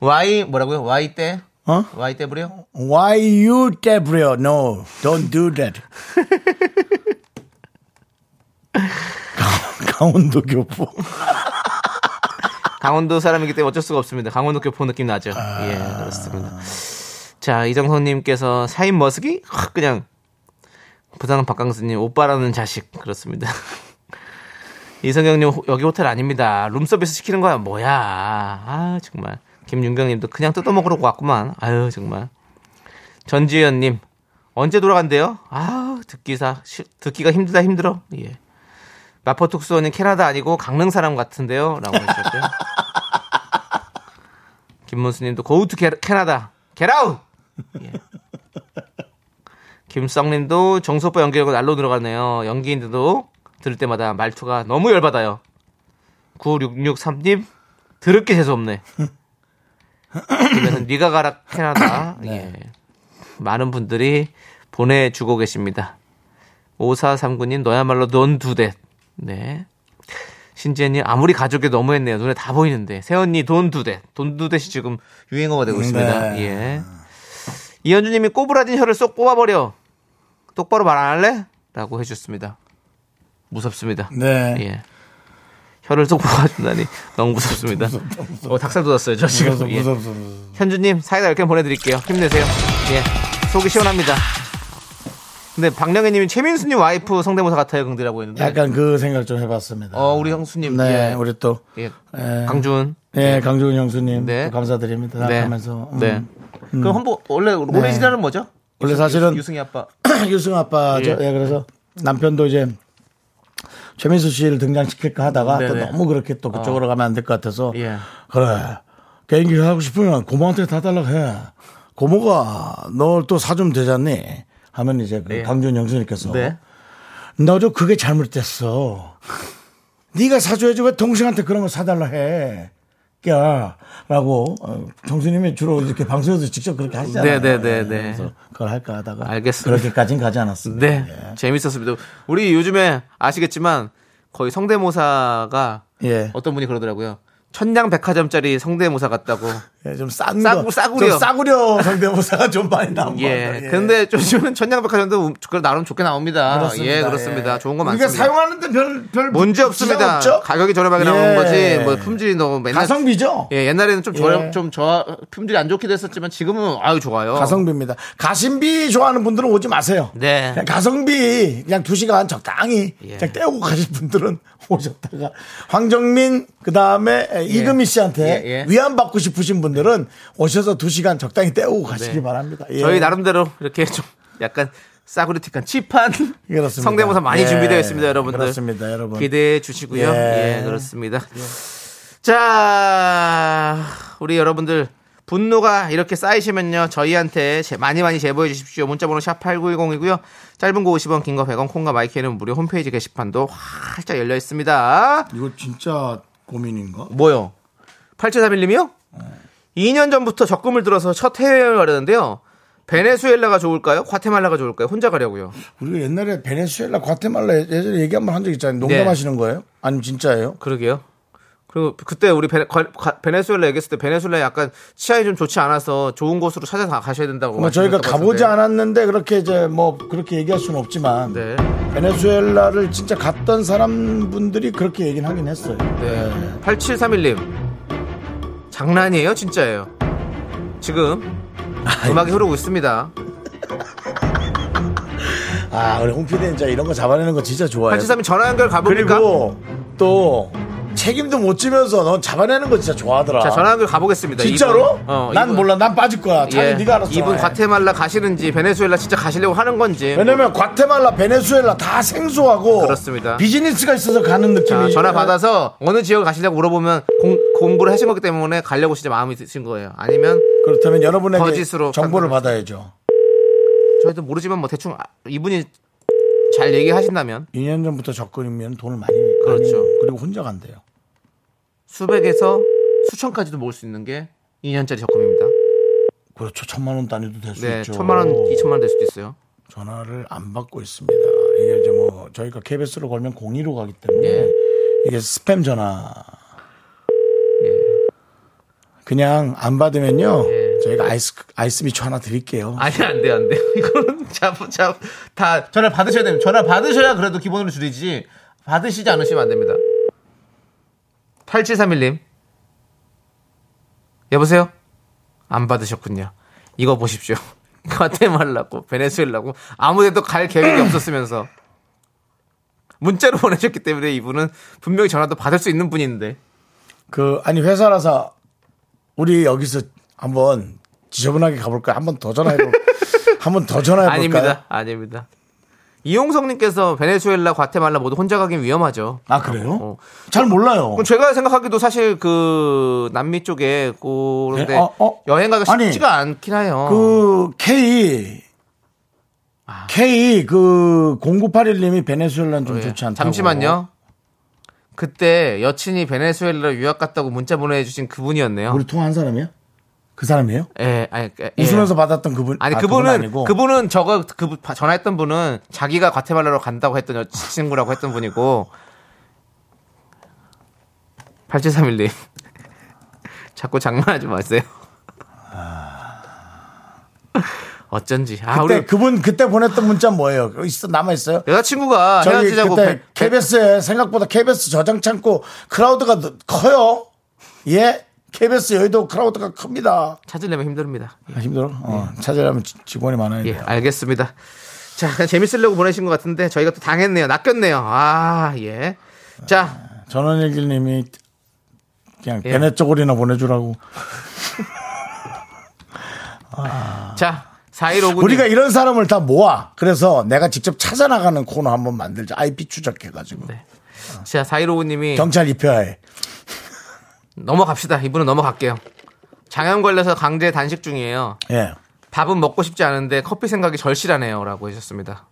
Y 뭐라고요? Y 때?
어?
Y 때 부려?
Why you devil? No, don't do that. 강- 강원도 교포.
강원도 사람이기 때문에 어쩔 수가 없습니다. 강원도 교포 느낌 나죠. 예, 그렇습니다. 자, 이정선님께서 사인 머스기? 확 그냥 부산 박강수님 오빠라는 자식 그렇습니다. 이성경님 호- 여기 호텔 아닙니다. 룸서비스 시키는 거야 뭐야? 아 정말 김윤경님도 그냥 뜯어먹으러 왔구만. 아유 정말 전지현님 언제 돌아간대요? 아 듣기사 시- 듣기가 힘들다 힘들어. 예. 마포특수원이 캐나다 아니고 강릉 사람 같은데요? 라고 해주셨고요. 김문수님도 고우투 캐나다 겟아웃! 예. 김성님도 정소빠 연기력은 날로 들어가네요. 연기인데도 들을 때마다 말투가 너무 열받아요. 9663님 드럽게 재수없네. 그러면 니가 가라 캐나다. 예. 많은 분들이 보내주고 계십니다. 5439님 너야말로 돈두댓 네. 신지혜님 아무리 가족이 너무했네요. 눈에 다 보이는데 세언니 돈두댓 돈두댓이 지금 유행어가 되고 있습니다.
네.
예. 이현주님이 꼬부라진 혀를 쏙 뽑아버려. 똑바로 말 안 할래? 라고 해주셨습니다. 무섭습니다.
네.
예. 혀를 쏙 뽑아준다니 너무 무섭습니다. 어, 닭살 돋았어요. 저 지금.
무섭소,
예.
무섭소, 무섭소.
현주님 사이다 10개 보내드릴게요 힘내세요 예 속이 시원합니다 근데 박령애님이 최민수님 와이프 성대모사 같아요 긍디라고 했는데
약간 그 생각 좀 해봤습니다.
예. 어 우리 형수님
네,
예.
우리 또
예.
예.
강준
예, 강종훈 형수님
네.
또 감사드립니다.
네.
하면서 음. 네. 음.
네. 그럼 헌보 원래 오리지널은 뭐죠?
원래 사실은
유승희 아빠
유승 아빠죠.
예.
예, 그래서 남편도 이제 최민수 씨를 등장시킬까 하다가 또
네네. 어.
너무 그렇게 또 그쪽으로 가면 안 될 것 같아서
예.
그래 개인기를 하고 싶으면 고모한테 다 달라고 해. 고모가 널 또 사주면 되잖니. 하면 이제 그
예.
강준 영수님께서
네.
너도 그게 잘못됐어. 네가 사줘야지 왜 동생한테 그런 거 사달라 해. 야, 라고 어, 정수님이 주로 이렇게 방송에서 직접 그렇게 하시잖아요.
네, 네, 네, 네.
그래서 그걸 할까 하다가
알겠습니다.
그렇게까진 가지 않았습니다.
네 재밌었습니다 우리 요즘에 아시겠지만 거의 성대모사가
예.
어떤 분이 그러더라고요 천냥 백화점짜리 성대모사 같다고
예, 좀싼
싸구-
거.
싸구려.
좀 싸구려 상대모사가 좀 많이 나온 거
예.
같아요.
근데 요즘은 천냥백화점도 그 나름 좋게 나옵니다. 예, 그렇습니다. 좋은 거
우리가
많습니다.
사용하는데 별, 별
문제
지장
없습니다.
없죠?
가격이
예.
저렴하게 나오는 거지. 뭐 품질이 너무 맨날
가성비죠?
예, 옛날에는 좀 저렴
예.
좀저 품질이 안 좋기도 했었지만 지금은 아유 좋아요.
가성비입니다. 가심비 좋아하는 분들은 오지 마세요.
어. 네.
그냥 가성비 그냥 두 시간 적당히
예.
그냥 떼우고 가실 분들은 오셨다가 황정민 그 다음에 이금희 씨한테
예, 예.
위안 받고 싶으신 분들은 오셔서 두 시간 적당히 떼우고 가시기 바랍니다. 예.
네. 저희 나름대로 이렇게 좀 약간 싸구려틱한 칩한
그렇습니다.
성대모사 많이
예.
준비되어 있습니다, 여러분들.
그렇습니다, 여러분.
기대해 주시고요.
예.
예, 그렇습니다. 자, 우리 여러분들 분노가 이렇게 쌓이시면요 저희한테 제- 많이 많이 제보해 주십시오 문자번호 샵 8910이고요 짧은 거 50원 긴 거 100원 콩과 마이크는 무료 홈페이지 게시판도 활짝 열려 있습니다
이거 진짜 고민인가?
뭐요? 8731님이요? 2년 전부터 적금을 들어서 첫 해외여행을 가려는데요 베네수엘라가 좋을까요? 과테말라가 좋을까요? 혼자 가려고요
우리가 옛날에 베네수엘라, 과테말라 예- 예전에 얘기 한 번 한 적 있잖아요.
네.
농담하시는 거예요? 아니면 진짜예요?
그러게요 그리고 그때 우리 베네, 과- 과- 베네수엘라 얘기했을 때 베네수엘라 약간 치안이 좀 좋지 않아서 좋은 곳으로 찾아서 가셔야 된다고
뭐 저희가
말씀드렸던 것
가보지
같은데.
않았는데 그렇게 이제 뭐 그렇게 얘기할 수는 없지만
네.
베네수엘라를 진짜 갔던 사람분들이 그렇게 얘기는 하긴 했어요.
네. 8731님. 장난이에요? 진짜예요? 지금 아, 음악이 흐르고 있습니다.
아 우리 홍피디는 이제 이런 거 잡아내는 거 진짜 좋아해요.
8731 전화 연결 가봅니까?
그리고 또 책임도 못 지면서 넌 잡아내는 거 진짜 좋아하더라.
자, 전화 연결 가보겠습니다.
진짜로?
이분, 어,
난
이분,
몰라. 난 빠질 거야. 자기
예,
네가 알아서.
이분
전화해.
과테말라 가시는지 베네수엘라 진짜 가시려고 하는 건지 뭐
왜냐면 과테말라, 베네수엘라 다 생소하고
그렇습니다.
비즈니스가 있어서 가는
자,
느낌이
전화 받아서 어느 지역 가시려고 물어보면 공, 부를 하신 거기 때문에 가려고 진짜 마음이 드신 거예요. 아니면
그렇다면 여러분에게
거짓으로
정보를
판단할
받아야죠.
저희도 모르지만 뭐 대충 아- 이분이 잘 얘기하신다면
2년 전부터 적금이면 돈을 많이
그렇죠.
많이- 그리고 혼자 간대요.
수백에서 수천까지도 모을 수 있는 게 2년짜리 적금입니다.
그렇죠. 천만 원 단위도 될 수
네,
있죠.
천만 원, 이천만 원 될 수도 있어요.
전화를 안 받고 있습니다. 이게 이제 뭐 저희가 KBS로 걸면 공의로 가기 때문에
예.
이게 스팸 전화.
예.
그냥 안 받으면요.
예.
저희가 아이스 아이스 미초 하나 드릴게요.
아니 안 돼요, 안 돼요. 이거는 잡잡다 전화 받으셔야 됩니다. 전화 받으셔야 그래도 기본으로 줄이지 받으시지 않으시면 안 됩니다. 8731님. 여보세요? 안 받으셨군요. 이거 보십시오. 과테말라고 베네수엘라고 아무데도 갈 계획이 없었으면서 문자로 보내셨기 때문에 이분은 분명히 전화도 받을 수 있는 분인데
그 아니 회사라서 우리 여기서 한번 지저분하게 가볼까? 요 한번 더 전화해 볼. 한번 더 전화해 볼까요?
아닙니다. 아닙니다. 이용성님께서 베네수엘라, 과테말라 모두 혼자 가긴 위험하죠.
아 그래요?
어.
잘 몰라요.
그럼 제가 생각하기도 사실 그 남미 쪽에 그런데
네? 어, 어?
여행 가기가
아니,
쉽지가 않긴 해요. 어.
그 K K 그 0981님이 베네수엘라는 좀
아. 예.
좋지 않다고.
잠시만요. 그때 여친이 베네수엘라 유학 갔다고 문자 보내주신 그분이었네요.
우리 통화한 사람이야? 그 사람이에요?
예, 아니, 예.
웃으면서 받았던 그분
아니
아, 그건
그분은
아니고.
그분은 저거 그 전화했던 분은 자기가 과테말라로 간다고 했던 여 친구라고 했던 분이고 8731님 자꾸 장난하지 마세요. 어쩐지 아
그때
우리 네.
그분 그때 보냈던 문자 뭐예요? 있어 남아 있어요?
여자친구가
저기
헤어지자고
그때
백- 백-
KBS에 생각보다 KBS 저장 창고 크라우드가 너- 커요. 예, KBS 여의도 크라우드가 큽니다.
찾으려면 힘듭니다.
아, 힘들어. 어, 찾으려면 지- 직원이 많아야
예,
돼요.
알겠습니다. 자, 그냥 재밌으려고 보내신 것 같은데 저희가 또 당했네요. 낚였네요. 아, 예. 자,
전원일기님이 그냥
예.
베네 쪽으로나 보내주라고.
자, 4159
우리가 이런 사람을 다 모아. 그래서 내가 직접 찾아 나가는 코너 한번 만들자. IP 추적해가지고
네. 자, 4159님이
경찰 입혀해.
넘어갑시다. 이분은 넘어갈게요. 장염 걸려서 강제 단식 중이에요.
예,
밥은 먹고 싶지 않은데 커피 생각이 절실하네요라고 하셨습니다.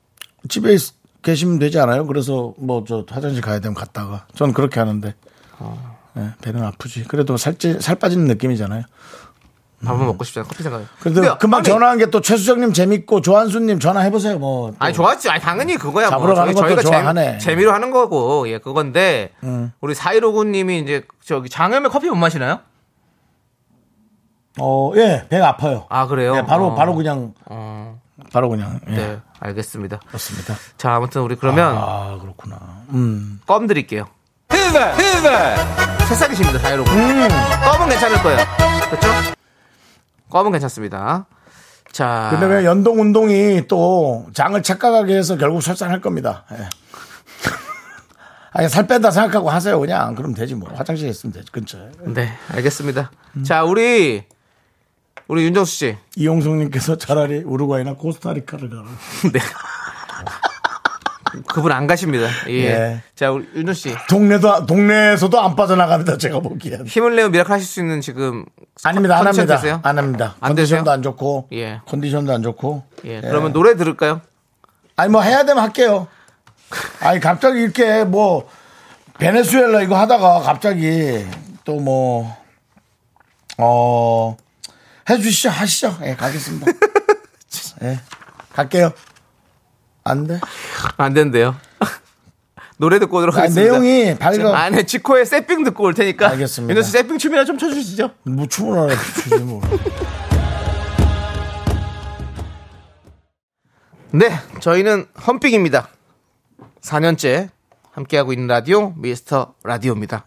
집에 있- 계시면 되지 않아요? 그래서 뭐 저 화장실 가야 되면 갔다가 전 그렇게 하는데.
아.
예, 배는 아프지. 그래도 살찌 살 빠지는 느낌이잖아요. 음.
밥은 먹고 싶지 않아 커피 생각이.
근데
근데
금방
아니,
전화한 게 또 최수정님 재밌고 조한수님 전화해보세요. 뭐.
아니 좋았지. 아니 당연히 그거야. 뭐.
잡으러 가는 것도
저희가
좋아하네. 음.
재미, 로 하는 거고 예 그건데 우리 4159님이 이제 저기 장염에 커피 못 마시나요?
어, 예, 배가 아파요.
아 그래요.
예, 바로,
어.
바로 그냥,
어,
바로 그냥. 예,
네, 알겠습니다.
그렇습니다.
자, 아무튼 우리 그러면
아, 그렇구나. 음.
껌 드릴게요. 새싹이십니다, 사이로고.
음.
껌은 괜찮을 거예요. 그렇죠? 껌은 괜찮습니다. 자,
근데 왜 연동 운동이 또 장을 착각하게 해서 결국 설산할 겁니다. 예. 아니, 살 뺀다 생각하고 하세요, 그냥. 그럼 되지 뭐. 화장실에 있으면 되지, 근처에.
네, 알겠습니다. 자, 우리 우리 윤정수 씨.
네. 이용성님께서 차라리 우루과이나 코스타리카를 가라.
네. 그분 안 가십니다. 예.
예.
자, 우리 윤호 씨.
동네도 동네에서도 안 빠져나갑니다. 제가 보기엔.
힘을 내어 미라클 하실 수 있는 지금
아닙니다. 안
컨디션
합니다.
되세요?
안 합니다.
안
컨디션도
되세요?
안 좋고.
예.
컨디션도 안 좋고.
예. 그러면 노래 들을까요?
아니 뭐 해야 되면 할게요. 아니 갑자기 이렇게 뭐 베네수엘라 이거 하다가 갑자기 뭐, 또뭐어 해주시죠 하시죠. 예 가겠습니다. 예 갈게요. 안 돼.
안 된대요. 노래 듣고 오도록
아,
하겠습니다.
내용이 밝아.
안에 네, 지코의 세핑 듣고 올 테니까.
알겠습니다.
윤호 씨 세핑 춤이나 좀 쳐주시죠.
뭐 춤을 하나 추지 뭐.
네, 저희는 험빅입니다. 4년째 함께하고 있는 라디오 미스터 라디오입니다.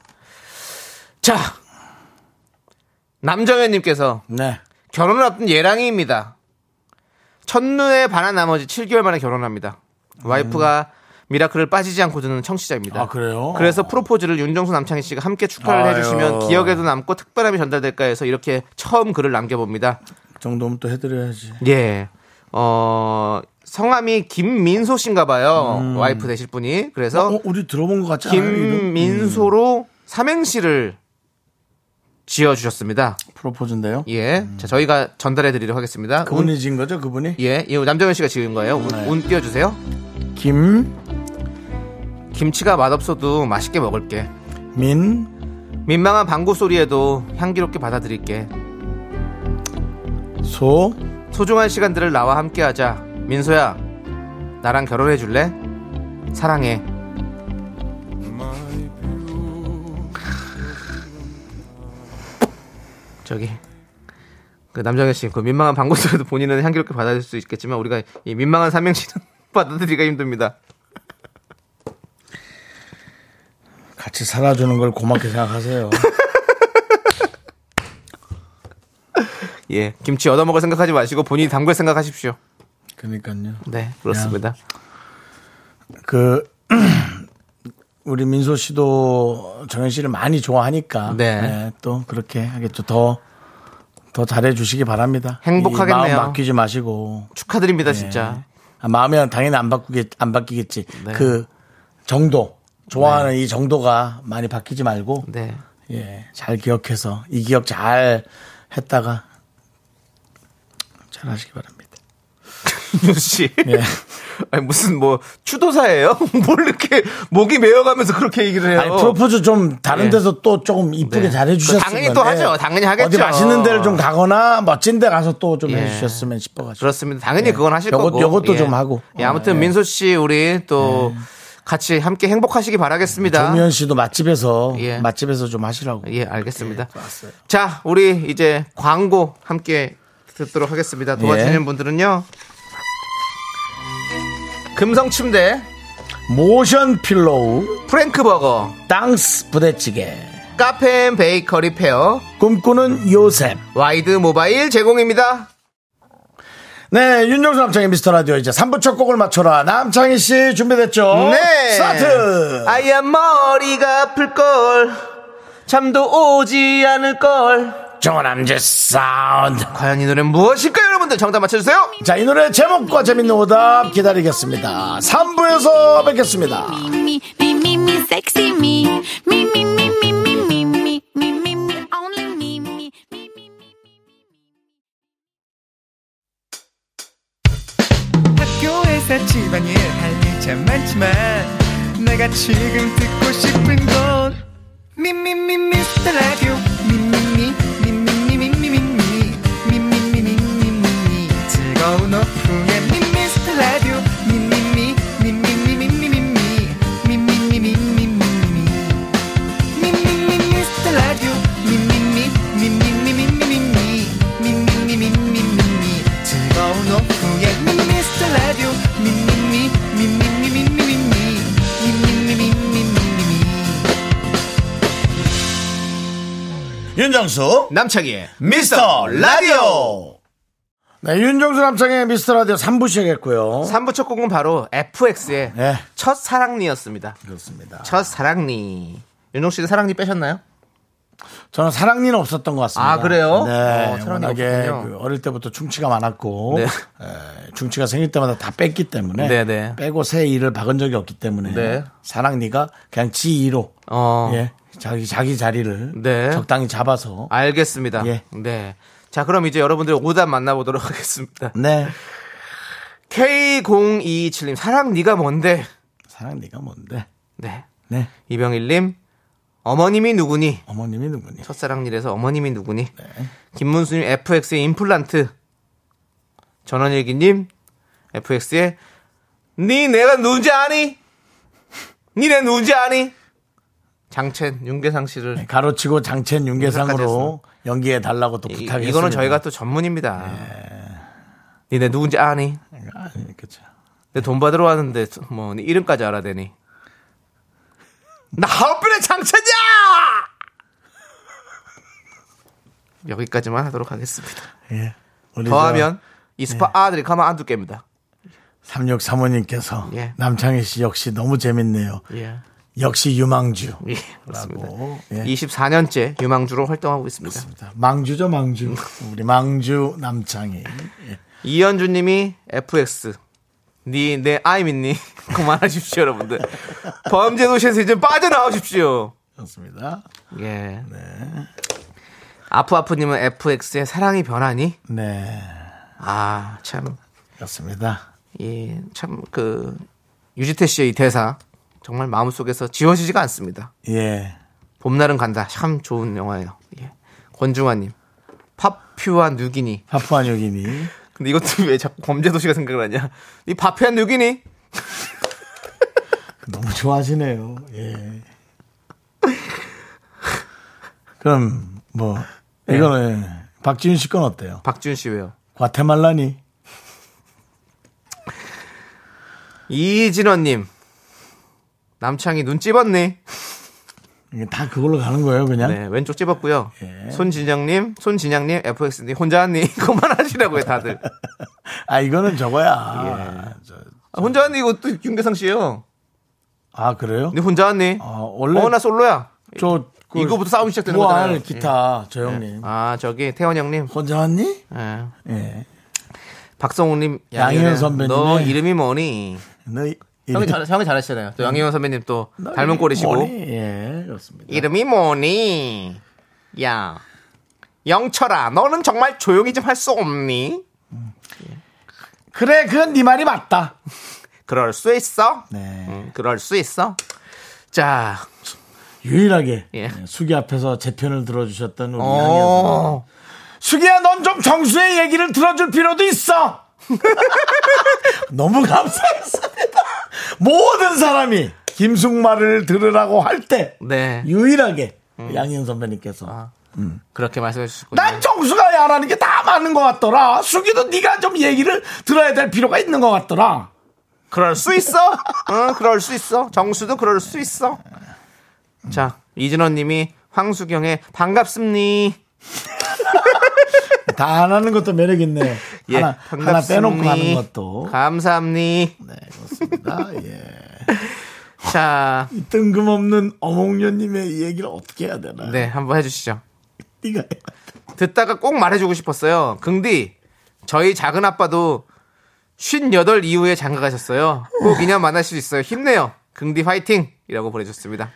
자, 남정현님께서
네.
결혼을 앞둔 예랑이입니다. 첫눈에 반한 나머지 7개월 만에 결혼합니다. 와이프가 미라클을 빠지지 않고 듣는
음.
청취자입니다.
아, 그래요?
그래서 프로포즈를 윤정수 남창희 씨가 함께 축하를
아유.
해주시면 기억에도 남고 특별함이 전달될까 해서 이렇게 처음 글을 남겨봅니다.
그 정도면 또 해드려야지.
예. 어, 성함이 김민소 씨인가 봐요. 와이프 되실 분이. 그래서
음. 어, 음. 우리 들어본 것 같지 않아요? 이름?
김민소로 삼행시를 지어 주셨습니다.
프로포즈인데요.
예. 자, 저희가 전달해 드리도록 하겠습니다. 운,
음. 그분이 지은 거죠, 그분이?
예. 이 남정현 씨가 지은 거예요. 운,
네.
운 띄워 주세요.
김,
김치가 맛없어도 맛있게 먹을게.
민,
민망한 방구 소리에도 향기롭게 받아들일게.
소,
소중한 시간들을 나와 함께 하자. 민소야. 나랑 결혼해 줄래? 사랑해. 저기 그 남정현 씨, 그 민망한 방구 소리도 본인은 향기롭게 받아들일 수 있겠지만 우리가 이 민망한 삼행시는 받아들이기가 힘듭니다.
같이 살아주는 걸 고맙게 생각하세요.
예, 김치 얻어먹을 생각하지 마시고 본인이 담글 생각하십시오.
그러니까요.
네, 그렇습니다.
그 우리 민소 씨도 정현 씨를 많이 좋아하니까
네.
또 그렇게 하겠죠. 더 더 잘해주시기 바랍니다.
행복하겠네요.
이 마음 바뀌지 마시고
축하드립니다, 진짜.
아, 마음이 당연히 안 바꾸겠 안 바뀌겠지.
네.
그 정도 좋아하는 이 정도가 많이 바뀌지 말고
네.
예, 잘 기억해서 이 기억 잘 했다가 잘 하시기 바랍니다.
윤 씨.
예.
아니 무슨 뭐 추도사예요? 뭘 이렇게 목이 메어가면서 그렇게 얘기를 해요?
아니 프로포즈 좀 다른
예.
데서 또 조금 이쁘게
네.
잘 해주셨으면
당연히 또 하죠. 당연히 하겠죠.
어디 맛있는 데를 좀 가거나 멋진 데 가서 또 좀
예.
해주셨으면 싶어가지고
그렇습니다. 당연히
예.
그건 하실
요것-
거고.
요것도
예.
좀 하고.
예, 아무튼
예.
민소 씨 우리 또 같이 함께 행복하시기 바라겠습니다.
네, 정미연 씨도 맛집에서
예.
맛집에서 좀 하시라고
예, 알겠습니다.
네,
자, 우리 이제 광고 함께 듣도록 하겠습니다. 도와주시는
예.
분들은요. 금성 침대,
모션 필로우
프랭크 버거,
땅스 부대찌개
카페 앤 베이커리 페어,
꿈꾸는 요셉
와이드 모바일 제공입니다.
네 윤정수 남창희 미스터라디오 이제 3부 첫 곡을 맞춰라 남창희 씨 준비됐죠
네.
어, 스타트
아야 머리가 아플 걸. 잠도 오지 않을 걸.
조남지 사운드
과연 이 노래는 무엇일까요, 여러분들? 정답 맞춰 주세요.
자, 이 노래 제목과 재밌는 오답 기다리겠습니다. 3부에서 뵙겠습니다.
me, me, me, me, sexy me. Me, me, me, me, me, me, me, me, me, me, only me, me, me, me.
학교에서 집안일 할 일 참 많지만 내가 지금 듣고 싶은 건 미미미 미스터 라디오 미미미 미미미 미미미 미미미 미미미 미미미 즐거운 오후에 미스터 라디오 미미미 미미미 미미미 미미미 미미미 미미미
윤정수,
남창희의
미스터 라디오. 네, 윤정수 남창의 미스터 라디오 3부 시작했고요.
3부 첫 곡은 바로 FX의
네.
첫 사랑니였습니다.
그렇습니다.
첫 사랑니. 윤종 씨는 사랑니 빼셨나요?
저는 사랑니는 없었던 것 같습니다.
아, 그래요?
네.
어, 사랑니
워낙에
없군요.
그 어릴 때부터 충치가 많았고
네.
에, 충치가 생길 때마다 다 뺐기 때문에
네, 네.
빼고 새 이를 박은 적이 없기 때문에
네.
사랑니가 그냥 지 이로
어.
예, 자기 자기 자리를
네.
적당히 잡아서
알겠습니다.
예.
네. 자, 그럼 이제 여러분들의 오답 만나보도록 하겠습니다.
네
K0227님, 사랑 니가 뭔데?
사랑니가 뭔데?
네.
네
이병일님, 어머님이 누구니?
어머님이 누구니?
첫사랑일에서 어머님이 누구니?
네.
김문수님 FX의 임플란트. 전원일기님 FX의 니 내가 누군지 아니? 니 내 누군지 아니? 장첸 윤계상 씨를
네, 가로치고 장첸 윤계상으로
윤계상까지
연기해 달라고 또
이,
부탁했어요.
이거는 저희가 또 전문입니다.
네.
니 내 누군지 아니?
아니 그죠.
내 돈 받으러 왔는데 뭐네 이름까지 알아대니? 나 하얼빈의 장첸이야! 여기까지만 하도록 하겠습니다.
예. 우리
더하면 이 스파 아들이 가만 안 둘게입니다.
36 사모님께서
예.
남창희 씨 역시 너무 재밌네요.
예.
역시 유망주.
예, 그렇습니다.
라고, 예.
24년째 유망주로 활동하고 있습니다.
망주죠 망주. 우리 망주 남창희. 예.
이현주님이 FX. 니, 내 아이 믿니? 그만하십시오, 여러분들. 범죄 도시에서 이제 빠져나오십시오.
그렇습니다.
예. 아프아프님은 FX의 사랑이 변하니?
네.
아, 참.
그렇습니다.
이, 참, 그, 유지태 씨의 이 대사. 정말 마음속에서 지워지지가 않습니다.
예.
봄날은 간다. 참 좋은 영화예요. 예. 권중환님. 파퓨아 누기니.
파푸아 뉴기니.
근데 이것도 왜 자꾸 범죄 도시가 생각을 하냐? 이 파퓨아 누기니?
너무 좋아하시네요. 예. 그럼 뭐
예.
이거는 박지윤 씨 건 어때요?
박지훈 씨 왜요?
과테말라니.
이진원님. 남창이 눈 찝었니?
네. 이게 다 그걸로 가는 거예요, 그냥.
네, 왼쪽 찝었고요.
예.
손진영님, 손진양님, FX님 혼자 왔니? 그만하시라고요, 다들.
아, 이거는 저거야. 저-
아, 혼자 왔니? 이것도 윤계상 씨예요.
아, 그래요?
네 혼자 왔니?
아, 원래
어, 나 솔로야.
저 그,
이거부터 싸움이 시작되는
무알
거잖아요.
기타 저 형님.
아, 저기 태원 형님.
혼자 왔니?
예.
예.
박성우님,
양희은
양희은
선배님의-
너 이름이 뭐니?
너 이-
형이
이름-
잘, 형이 잘하시잖아요. 또 양희원 선배님 또
너
닮은
이름이
꼴이시고.
음. 뭐니? 예, 그렇습니다.
이름이 뭐니? 야. 영철아, 너는 정말 조용히 좀 할 수 없니?
그래, 그건 네 말이 맞다.
그럴 수 있어?
네.
음, 그럴 수 있어? 자,
유일하게
예.
예, 수기 앞에서 제 편을 들어주셨던 우리 양이었습니다.
어,
수기야, 넌 좀 정수의 얘기를 들어줄 필요도 있어. 너무 감사했습니다. 모든 사람이 김숙말을 들으라고 할 때
네.
유일하게 양현 선배님께서
그렇게 말씀해 주셨군요.
난 정수가 야라는 게 다 맞는 것 같더라. 수기도 네가 좀 얘기를 들어야 될 필요가 있는 것 같더라.
그럴 수 있어? 응, 그럴 수 있어. 정수도 그럴 수 있어. 자, 이진원 님이 황수경의 반갑습니.
다 안 하는 것도 매력 있네.
예,
하나, 하나 빼놓고 하는 것도.
감사합니.
네, 그렇습니다. 예.
자,
이 뜬금없는 어몽녀님의 이 얘기를 어떻게 해야 되나?
네, 한번 해주시죠.
네가 해야 돼.
듣다가 꼭 말해주고 싶었어요. 긍디, 저희 작은 아빠도 58 이후에 장가 가셨어요. 꼭 인연 만날 수 있어요. 힘내요. 긍디 화이팅! 이라고 보내줬습니다.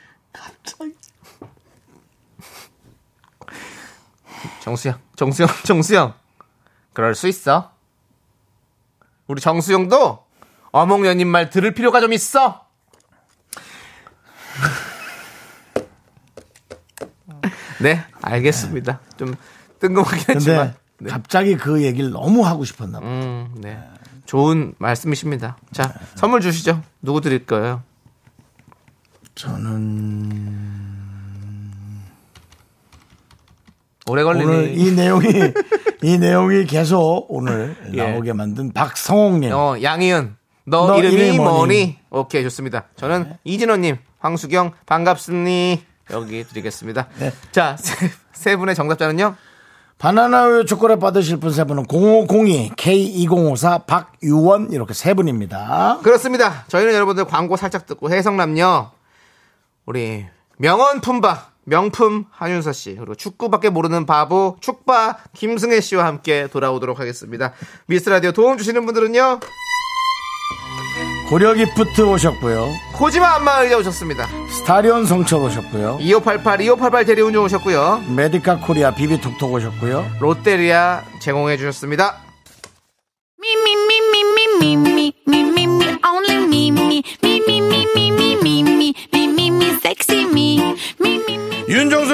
정수영, 정수영, 정수영. 그럴 수 있어. 우리 정수영도 어몽연님 말 들을 필요가 좀 있어. 네, 알겠습니다. 좀 뜬금하긴
근데
했지만. 네.
갑자기 그 얘기를 너무 하고 싶었나 봐.
음, 네. 좋은 말씀이십니다. 자, 선물 주시죠. 누구 드릴 거예요?
저는
오래
오늘
걸리니.
이 내용이 이 내용이 계속 오늘
예.
나오게 만든 박성옥님.
어, 양희은. 너,
너
이름이,
이름이
뭐니? 네.
뭐니?
오케이, 좋습니다. 저는 이진호님, 황수경, 반갑습니. 여기 드리겠습니다.
네.
자, 세, 세 분의 정답자는요?
바나나 우유 초콜릿 받으실 분 세 분은 0502 K2054 박유원 이렇게 세 분입니다.
그렇습니다. 저희는 여러분들 광고 살짝 듣고 해성남녀 우리 명언 품바 명품 한윤서 씨 그리고 축구밖에 모르는 바보 축바 김승혜 씨와 함께 돌아오도록 하겠습니다. 미스 라디오 도움 주시는 분들은요
고려기프트 오셨고요.
코지마 안마 을려 오셨습니다.
스타리온 성철 오셨고요.
2588 2588 대리운전 오셨고요.
메디카 코리아 비비톡톡 오셨고요.
롯데리아 제공해 주셨습니다.
Me, me, me, me, me, me, me, me, me, me, only me, me, me, me, me, me, me, me, me, me, me, me, sexy me, me, me, me.
윤종수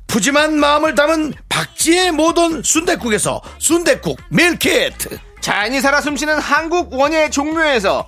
푸짐한 마음을 담은 박지의 모던 순댓국에서순댓국 밀키트
자연이 살아 숨쉬는 한국 원예 종묘에서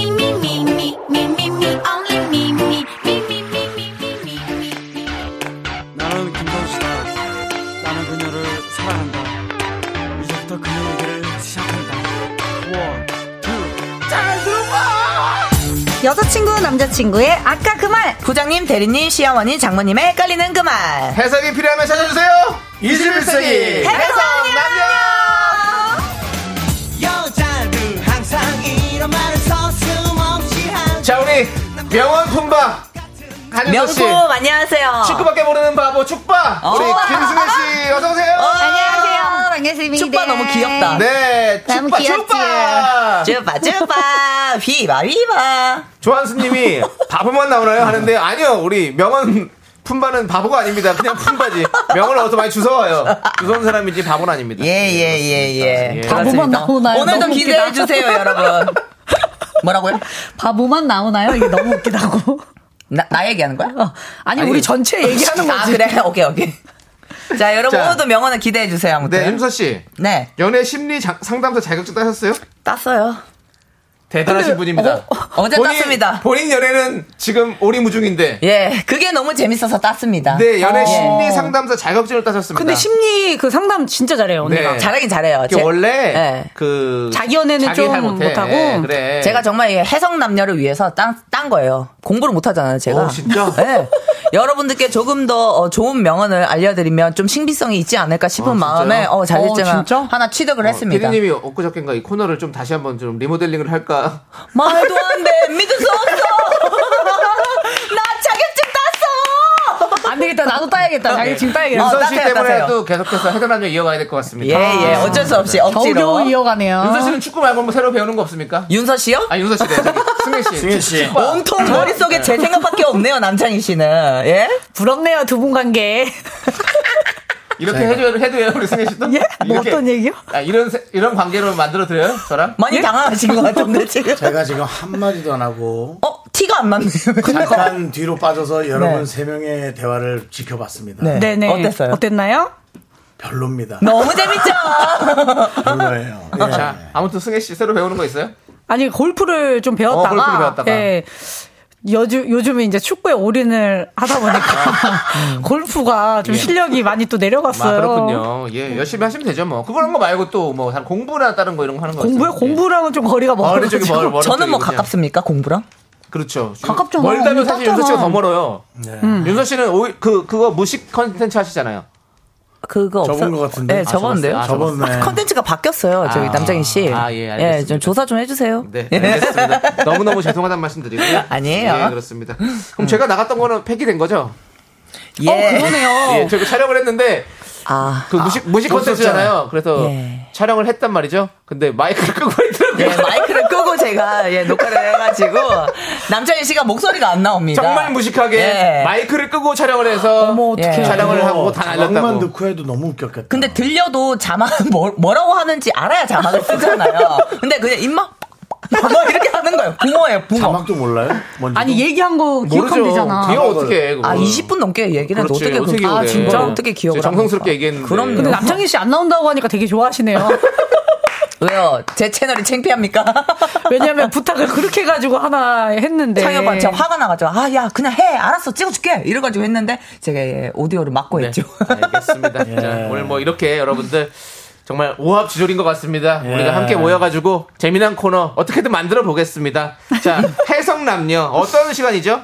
me, me, me, me, me, me, only me, me, me, me, me, me, me, me, me, me.
나는 김범수다. 나는 그녀를 사랑한다. 이제부터 그녀의 길을 시작한다. 원, 투, 잘 들어봐!
여자친구 남자친구의 아까 그 말 부장님 대리님 시어머니 장모님의 헷갈리는 그 말
해석이 필요하면 찾아주세요. 21세기
네,
해석 남녀.
여자들 항상 이런 말을 서슴없이 한
자 우리 명언 품바 한윤서 씨.
명품 안녕하세요
축구밖에 모르는 바보 축바 우리
어.
축바.
김승혜 씨 어서 오세요.
안녕하세요
반갑습니다.
축바 너무 귀엽다
네
너무
축바
귀엽지요.
축바.
쭈바 쭈바 휘바 휘바
조한수님이 바보만 나오나요 하는데 아니요 우리 명언 품바는 바보가 아닙니다. 그냥 품바지 명언을 어디서 많이 주워와요. 주워온 사람이지 바보는 아닙니다.
예, 예예예예
예.
바보만 나오나요?
오늘도
너무
기대해
웃기다.
주세요 여러분 뭐라고요?
바보만 나오나요? 이게 너무 웃기다고.
나, 나 얘기하는 거야?
어, 아니, 우리 전체 얘기하는
아
거지.
그래 오케이 오케이 자 여러분
자.
오늘도 명언을 기대해 주세요
네
아무튼
윤서 씨
네
연애 심리 자- 상담사 자격증 따셨어요?
땄어요
대단하신 분입니다.
어제
본인-
땄습니다.
본인 연애는 지금 오리무중인데.
예 그게 너무 재밌어서 땄습니다
네, 연애
어.
심리 상담사 자격증을 따셨습니다.
근데 심리 그 상담 진짜 잘해요, 언니가.
네.
예. 잘하긴 잘해요
이게
제-
원래
예.
그
자기 연애는
자기
좀
잘 못해.
못하고.
예, 그래.
제가 정말 이 해성 남녀를 위해서 딴, 딴 거예요. 공부를 못 하잖아요, 제가.
어, 진짜?
네. 여러분들께 조금 더 어, 좋은 명언을 알려드리면 좀 신비성이 있지 않을까
아,
싶은
진짜요?
마음에 어,
어,
자격증을
진짜?
하나 취득을 했습니다.
어, 피디님이 엊그저께인가 이 코너를 좀 다시 한번 좀 리모델링을 할까?
말도 안 돼! 믿을 수 없어! 나 자격증 땄어!
안 되겠다. 나도 따야겠다. 자기 지금 따야겠다.
어,
아, 네. 윤서 씨
따세요, 따세요.
때문에 또 계속해서 해달라는 얘기 이어가야 될 것 같습니다. 아.
예, 예. 어쩔 수 없이
겨우겨우
억지로.
이어가네요.
윤서 씨는 축구 말고 뭐 새로 배우는 거 없습니까?
윤서 씨요?
아, 윤서 씨, 네, 저기 승혜 씨.
승혜 씨.
축구 봐.
온통 머릿속에 제 생각밖에 없네요, 남창희 씨는. 예?
부럽네요, 두 분 관계.
이렇게 해줘요, 해줘요, 우리 승혜 씨도?
예? 뭐
이렇게.
어떤 얘기요?
아, 이런, 세- 이런 관계로 만들어드려요? 저랑?
예?
많이 당황하신 것 같은데, 지금.
제가 지금 한마디도 안 하고
어? 티가 안 맞네요.
잠깐 뒤로 빠져서 여러분
뭐 네.
세 명의 대화를 지켜봤습니다.
네네.
어땠어요?
어땠나요?
별로입니다.
너무 재밌죠?
별로예요. 예.
자, 아무튼 승혜 씨 새로 배우는 거 있어요?
아니 골프를 좀 배웠다가,
어, 골프를 배웠다가.
예. 요즘 요즘에 이제 축구에 올인을 하다 보니까 골프가 좀 실력이 많이 또 내려갔어요.
예. 아, 그렇군요. 예, 열심히 하시면 되죠, 뭐. 그런 거 말고 또, 뭐, 다른 공부나 다른 거 이런 거 하는 거.
공부에
있어요?
공부랑은 좀 거리가
예.
멀어.
어느 쪽이 멀, 멀
저는 뭐 가깝습니까, 공부랑?
그렇죠.
가깝죠. 뭐.
멀다면
언니
사실
땄잖아.
윤서 씨가 더 멀어요.
음.
윤서 씨는 오히- 그, 그거 무식 컨텐츠 하시잖아요.
그거 없어.
적은 것 같은데?
네, 적었는데요.
아,
저번에
컨텐츠가 바뀌었어요. 저기
아.
남장인 씨.
아, 예, 알겠습니다.
예, 좀 조사 좀 해주세요.
네,
예.
알겠습니다. 너무너무 죄송하다는 말씀 드리고요.
아니에요.
예, 그렇습니다. 그럼 제가 나갔던 거는 폐기된 거죠?
예.
예, 저희가 촬영을 했는데,
아,
그 무식, 무식 컨텐츠잖아요. 그래서
예.
촬영을 했단 말이죠. 근데 마이크를 끄고 있더라고요.
예, 마이크를 끄고 제가 예, 녹화를 해가지고 남창희 씨가 목소리가 안 나옵니다.
정말 무식하게
예.
마이크를 끄고 촬영을 해서
뭐 어머, 어떡해.
예, 촬영을 하고 다
만
날렸다고.
넣고 해도 너무 웃겼겠다.
근데 들려도 자막 뭐, 뭐라고 하는지 알아야 자막을 쓰잖아요. 근데 그냥 입만 막 이렇게 하는 거예요. 붕어예요, 붕어.
자막도 몰라요? 뭔지.
아니 얘기한 거 기억하면 되잖아.
그거 어떻게 해? 그거.
아, 20분 넘게 얘기를 해도
그렇지,
어떻게
어떻게
그렇게 아,
기억해.
진짜 어떻게 기억을
정성스럽게
합니까?
얘기했는데. 네.
그럼요.
근데 남창희 씨 안 나온다고 하니까 되게 좋아하시네요.
왜요? 제 채널이 창피합니까?
왜냐면 부탁을 그렇게 해가지고 하나
네.
했는데.
창엽아 진짜 화가 나가지고 아 야 그냥 해 알았어 찍어줄게 이래가지고 했는데 제가 예, 오디오를 막고
네.
했죠.
알겠습니다. 자, 오늘 뭐 이렇게 여러분들 정말 오합지졸인 것 같습니다. 우리가 함께 모여가지고 재미난 코너 어떻게든 만들어 보겠습니다. 자, 해성남녀 어떤 시간이죠?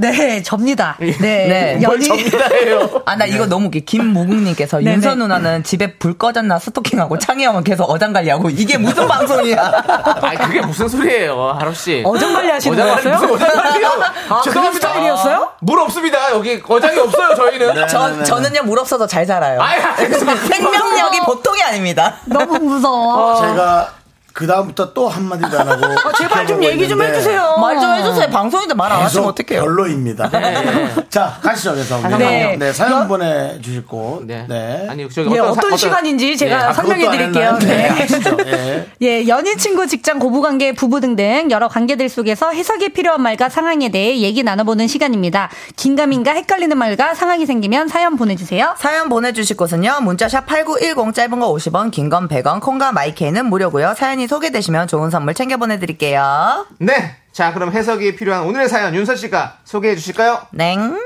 네, 접니다.
예.
네,
네.
연인
접니다예요.
아 나 이거 너무 웃기. 김무국님께서
네네.
윤선 누나는 집에 불 꺼졌나 스토킹하고 창희 형은 계속 어장관리하고 이게 무슨 방송이야?
아, 그게 무슨 소리예요, 하람 씨?
어장 관리하시는
어장관리,
거였어요?
무슨 어장관리요?
아,
그런 스타일이었어요?
물 없습니다. 여기 어장이 없어요, 저희는.
전 저는요 물 없어서 잘 살아요.
네, 아이, 알겠습니다.
생명력이 보통이 아닙니다.
너무 무서워.
제가 그 다음부터 또 한마디도 안 하고.
아, 제발 좀 얘기 네.
네.
좀 해주세요. 아,
말 좀 해주세요. 방송인데 말 안 하시면
계속
어떡해요?
별로입니다. 자, 가시죠, 그래서.
네.
네, 사연 보내주실 곳.
네.
네.
아니, 저기
네,
어떤, 사-
어떤 시간인지
네,
제가
아,
설명해 드릴게요.
네. 네.
네.
아시죠? 네.
예, 연인, 친구, 직장, 고부관계, 부부 등등 여러 관계들 속에서 해석이 필요한 말과 상황에 대해 얘기 나눠보는 시간입니다. 긴가민가 헷갈리는 말과 상황이 생기면 사연 보내주세요.
사연 보내주실 곳은요. 문자샵 8910 짧은 거 50원, 긴 건 100원, 콩과 마이케이는 무료고요. 사연이 소개되시면 좋은 선물 챙겨 보내드릴게요.
네. 자, 그럼 해석이 필요한 오늘의 사연 윤서 씨가 소개해 주실까요?
냉.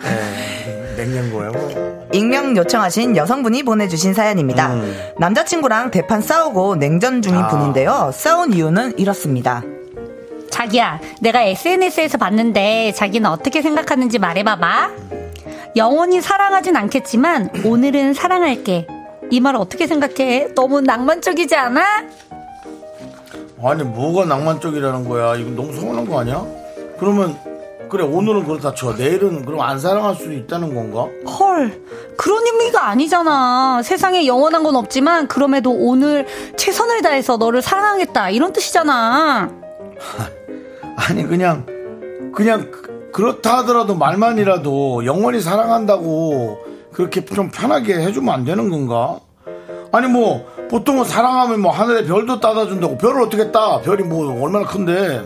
네. 냉장고요.
익명 요청하신 여성분이 보내주신 사연입니다.
음.
남자친구랑 대판 싸우고 냉전 중인
아.
분인데요. 싸운 이유는 이렇습니다.
자기야, 내가 SNS에서 봤는데 자기는 어떻게 생각하는지 말해봐봐. 영원히 사랑하진 않겠지만 오늘은 사랑할게. 이 말 어떻게 생각해? 너무 낭만적이지 않아?
아니, 뭐가 낭만 쪽이라는 거야. 이거 너무 서운한 거 아니야? 그러면, 그래, 오늘은 그렇다 쳐. 내일은 그럼 안 사랑할 수 있다는 건가?
헐, 그런 의미가 아니잖아. 세상에 영원한 건 없지만 그럼에도 오늘 최선을 다해서 너를 사랑하겠다 이런 뜻이잖아.
아니 그냥 그냥 그- 그렇다 하더라도 말만이라도 영원히 사랑한다고 그렇게 좀 편하게 해주면 안 되는 건가? 아니 뭐 보통은 사랑하면 뭐 하늘에 별도 따다 준다고 별을 어떻게 따? 별이 뭐 얼마나 큰데?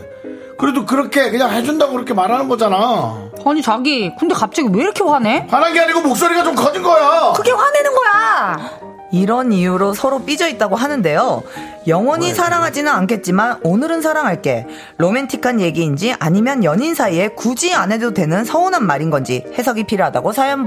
그래도 그렇게 그냥 해준다고 그렇게 말하는 거잖아.
아니 자기, 근데 갑자기 왜 이렇게 화내?
화난 게 아니고 목소리가 좀 커진 거야.
그게 화내는 거야.
이런 이유로 서로 삐져 있다고 하는데요. 영원히 사랑하지는 않겠지만 오늘은 사랑할게. 로맨틱한 얘기인지 아니면 연인 사이에 굳이 안 해도 되는 서운한 말인 건지 해석이 필요하다고 사연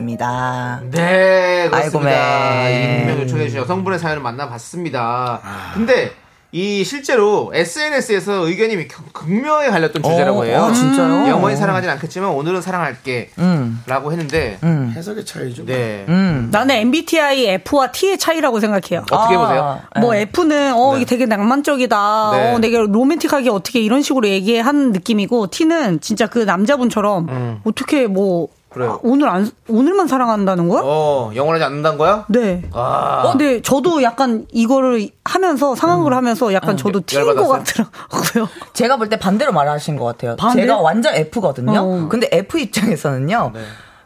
보내주셨습니다.
네, 그렇습니다.
아이고, 맨.
익명 요청해 주신 여성분의 사연을 만나봤습니다. 근데 이 실제로 SNS에서 의견이 격- 극명하게 갈렸던 주제라고 해요.
어, 진짜요?
영원히 사랑하진 않겠지만 오늘은 사랑할게. 라고 했는데
해석의 차이죠.
네.
음. 나는 MBTI F와 T의 차이라고 생각해요.
어떻게 보세요?
뭐 F는 어 이게 되게 낭만적이다.
네.
어 내가 로맨틱하게 어떻게 이런 식으로 얘기하는 느낌이고 T는 진짜 그 남자분처럼 어떻게 뭐
그래요.
아, 오늘 안 오늘만 사랑한다는 거야?
어, 영원하지 않는다는 거야?
네.
아. 음.
어, 근데 저도 약간 이거를 하면서 상황을 하면서 약간 저도 튀는 것
열받았어요?
같더라고요.
제가 볼 때 반대로 말하신 것 같아요.
반대요?
제가 완전 F거든요.
어.
근데 F 입장에서는요.
네.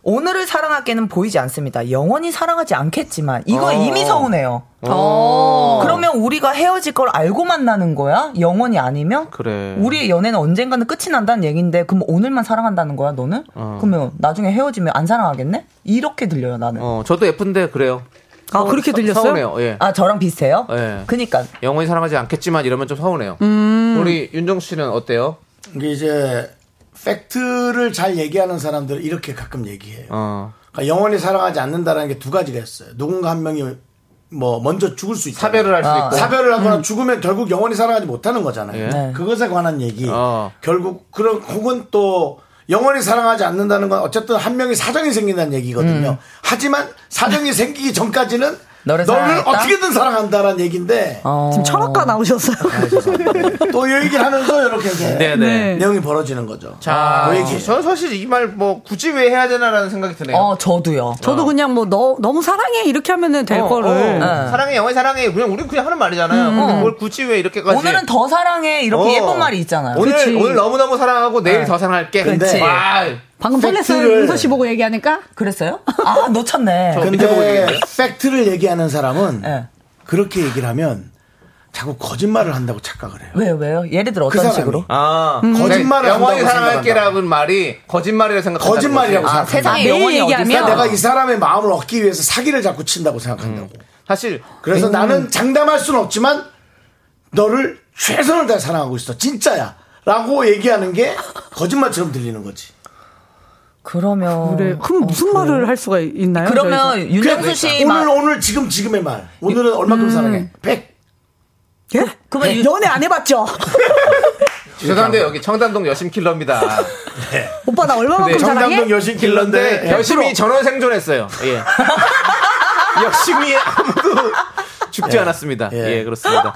오늘을 사랑할게는 보이지 않습니다. 영원히 사랑하지 않겠지만 이거
어.
이미 서운해요.
어.
그러면 우리가 헤어질 걸 알고 만나는 거야? 영원히 아니면?
그래.
우리의 연애는 언젠가는 끝이 난다는 얘기인데 그럼 오늘만 사랑한다는 거야 너는?
어.
그러면 나중에 헤어지면 안 사랑하겠네? 이렇게 들려요 나는.
어, 저도 예쁜데 그래요.
아 그렇게
서-
들렸어요?
서운해요. 예.
아 저랑 비슷해요?
예.
그니까
영원히 사랑하지 않겠지만 이러면 좀 서운해요. 우리 윤정 씨는 어때요?
이게 이제 팩트를 잘 얘기하는 사람들은 이렇게 가끔 얘기해요.
어.
그러니까 영원히 사랑하지 않는다라는 게 두 가지가 있어요. 누군가 한 명이 뭐 먼저 죽을 수 있다.
사별을 할
아.
수도 있고.
네, 사별을 하거나 죽으면 결국 영원히 사랑하지 못하는 거잖아요.
아. 예.
네.
그것에 관한 얘기.
어.
결국 그런 혹은 또 영원히 사랑하지 않는다는 건 어쨌든 한 명이 사정이 생긴다는 얘기거든요. 하지만 사정이 생기기 전까지는
음. 너를 어.
너를
사랑했다?
어떻게든 사랑한다라는 얘기인데
어.
지금 철학과 나오셨어요.
또 이 얘기를 하면서 이렇게 이제
아, 네, 아. 네.
내용이 벌어지는 거죠.
자,
그 얘기.
저는 사실 이 말 뭐 굳이 왜 해야 되나라는 생각이 드네요.
어, 저도요.
저도 그냥 뭐 너, 너무 사랑해 이렇게 하면은 될
어,
거를.
어.
네.
사랑해 영원히 사랑해 그냥 우리 그냥 하는 말이잖아요. 근데 뭘 굳이 왜 이렇게까지?
오늘은 더 사랑해 이렇게
어.
예쁜 말이 있잖아요.
오늘
그치.
오늘 너무 너무 사랑하고 내일 더 사랑할게.
그치.
와,
방금 텔레스
팩트를-
윤서 씨 보고 얘기하니까
그랬어요? 아 놓쳤네.
저- 밑에 보고
근데
얘기해요?
팩트를 얘기하는 사람은
네.
그렇게 얘기를 하면 자꾸 거짓말을 한다고 착각을 해요.
왜요 왜요? 예를 들어
그
어떤
사람이
식으로?
아,
거짓말을
영원히
한다고
사랑할게라는 말이 거짓말이라 생각하는
거짓말이라고
거지.
아,
생각한다.
세상에
매일
영원히
얘기하면-
어디서
그러니까 내가 이 사람의 마음을 얻기 위해서 사기를 자꾸 친다고 생각한다고.
음.
사실
그래서 나는 장담할 수는 없지만 너를 최선을 다해 사랑하고 있어. 진짜야. 라고 얘기하는 게 거짓말처럼 들리는 거지.
그러면
어.
그래. 그럼 무슨 말을 할 수가 있나요?
그러면
저희가?
윤정수 씨
그러니까 오늘
막, 음.
오늘 지금 지금의 말. 오늘은 얼마큼 사랑해? 100.
예?
그러면
예.
유-
연애 안 해봤죠?
죄송한데 여기 청담동 여심 킬러입니다.
오빠 나 얼마만큼
네,
사랑해?
정당동 여신
킬러인데
킬러인데 예.
여심이 전원 생존했어요. 예. 여심이 아무도 죽지 않았습니다.
예.
예, 그렇습니다.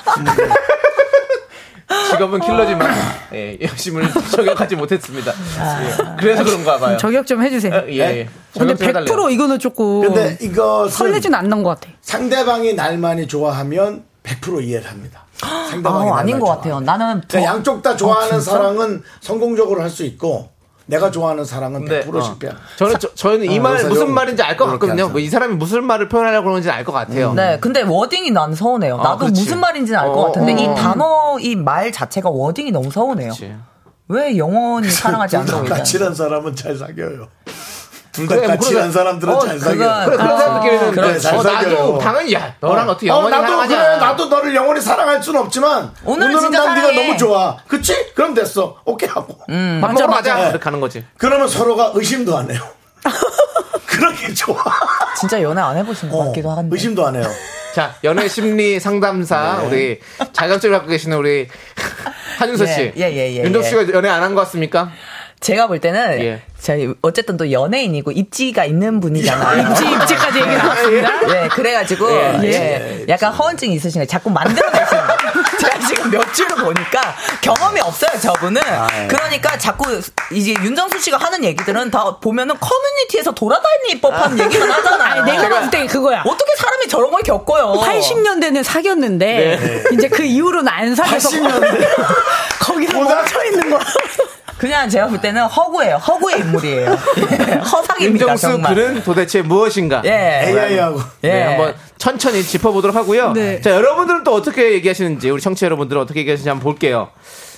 직업은 킬러지만 예, 여심을 저격하지 못했습니다. 예. 그래서 그런가 봐요.
음, 저격 좀 해주세요.
예, 예.
근데
저격 좀 해달래요.
100% 이거는 조금
근데 이것은
설레진 않는 것 같아.
상대방이 날 많이 좋아하면 100% 이해를 합니다. 상대방이
아,
날 많이
아닌 것
좋아.
같아요. 나는
그러니까 양쪽 다 좋아하는
어, 진짜?
사랑은 성공적으로 할 수 있고 내가 좋아하는 사랑은 100%
어,
실패.
저는 저, 저는
어,
이 말
요새
무슨
좀
말인지 알 것
그렇게
같거든요.
하죠.
뭐이 사람이 무슨 말을 표현하려고 그러는지 알 것 같아요.
네, 근데 워딩이 난 서운해요.
아,
나도
그렇지.
무슨 말인지는 알 것
어,
같은데
어,
이
어.
단어 이 말 자체가 워딩이 너무 서운해요.
그치.
왜 영원히 사랑하지 않는
둘다
거예요?
까칠한 사람은 잘 사겨요. 둘 다
그래, 뭐
까칠한
그러다-
사람들은
어,
잘 사겨요.
그건-
그래, 그런
아,
사람들끼리는
그래,
어,
잘
나도
사겨요.
당연히 야 너랑
어.
어, 떻게 영원히
어, 나도
사랑하지
그래
않아.
나도 너를 영원히 사랑할 순 없지만
오늘은
오늘은,
진짜
난 네가
사랑해.
너무 좋아 그치? 그럼 됐어 오케이 하고
밥 음, 먹으러
맞아,
가자.
맞아.
이렇게 하는 거지.
그러면 서로가 의심도 안 해요 그렇게 좋아
진짜 연애 안 해보신 것
어,
같기도 한데.
의심도 안 해요
자, 연애 심리
네.
상담사 우리 자격증을 갖고 계시는 우리 한윤서
예,
씨.
예, 예, 예,
윤정
예.
씨가 연애 안 한 것 같습니까?
제가 볼 때는
예.
저희 어쨌든 또 연예인이고 입지가 있는 분이잖아요.
입지 입지까지 얘기 나왔습니다.
예, 그래가지고
예,
예,
예.
약간 허언증이 있으신 거 자꾸 만들어내시는 거예요. 제가 지금 몇 주를 보니까 경험이 없어요 저분은
아,
예.
그러니까 자꾸 이제 윤정수 씨가 하는 얘기들은 다 보면은 커뮤니티에서 돌아다닐 법한 얘기만 하잖아요
아니 내가 봤을 때 그거야.
어떻게 사람이 저런 걸 겪어요
80년대는 사귀었는데
네.
이제 그 이후로는 안 사귀어서
80년대
거기서
뭐다?
멈춰 있는 거야.
그냥 제가 볼 때는 허구예요 허구의 인물이에요 예, 허상입니다
윤정수
정말
글은 도대체 무엇인가?
예.
AI하고
예.
네, 한번 천천히 짚어보도록 하고요.
네.
자, 여러분들은 또 어떻게 얘기하시는지, 우리 청취자 여러분들은 어떻게 얘기하시는지 한번 볼게요.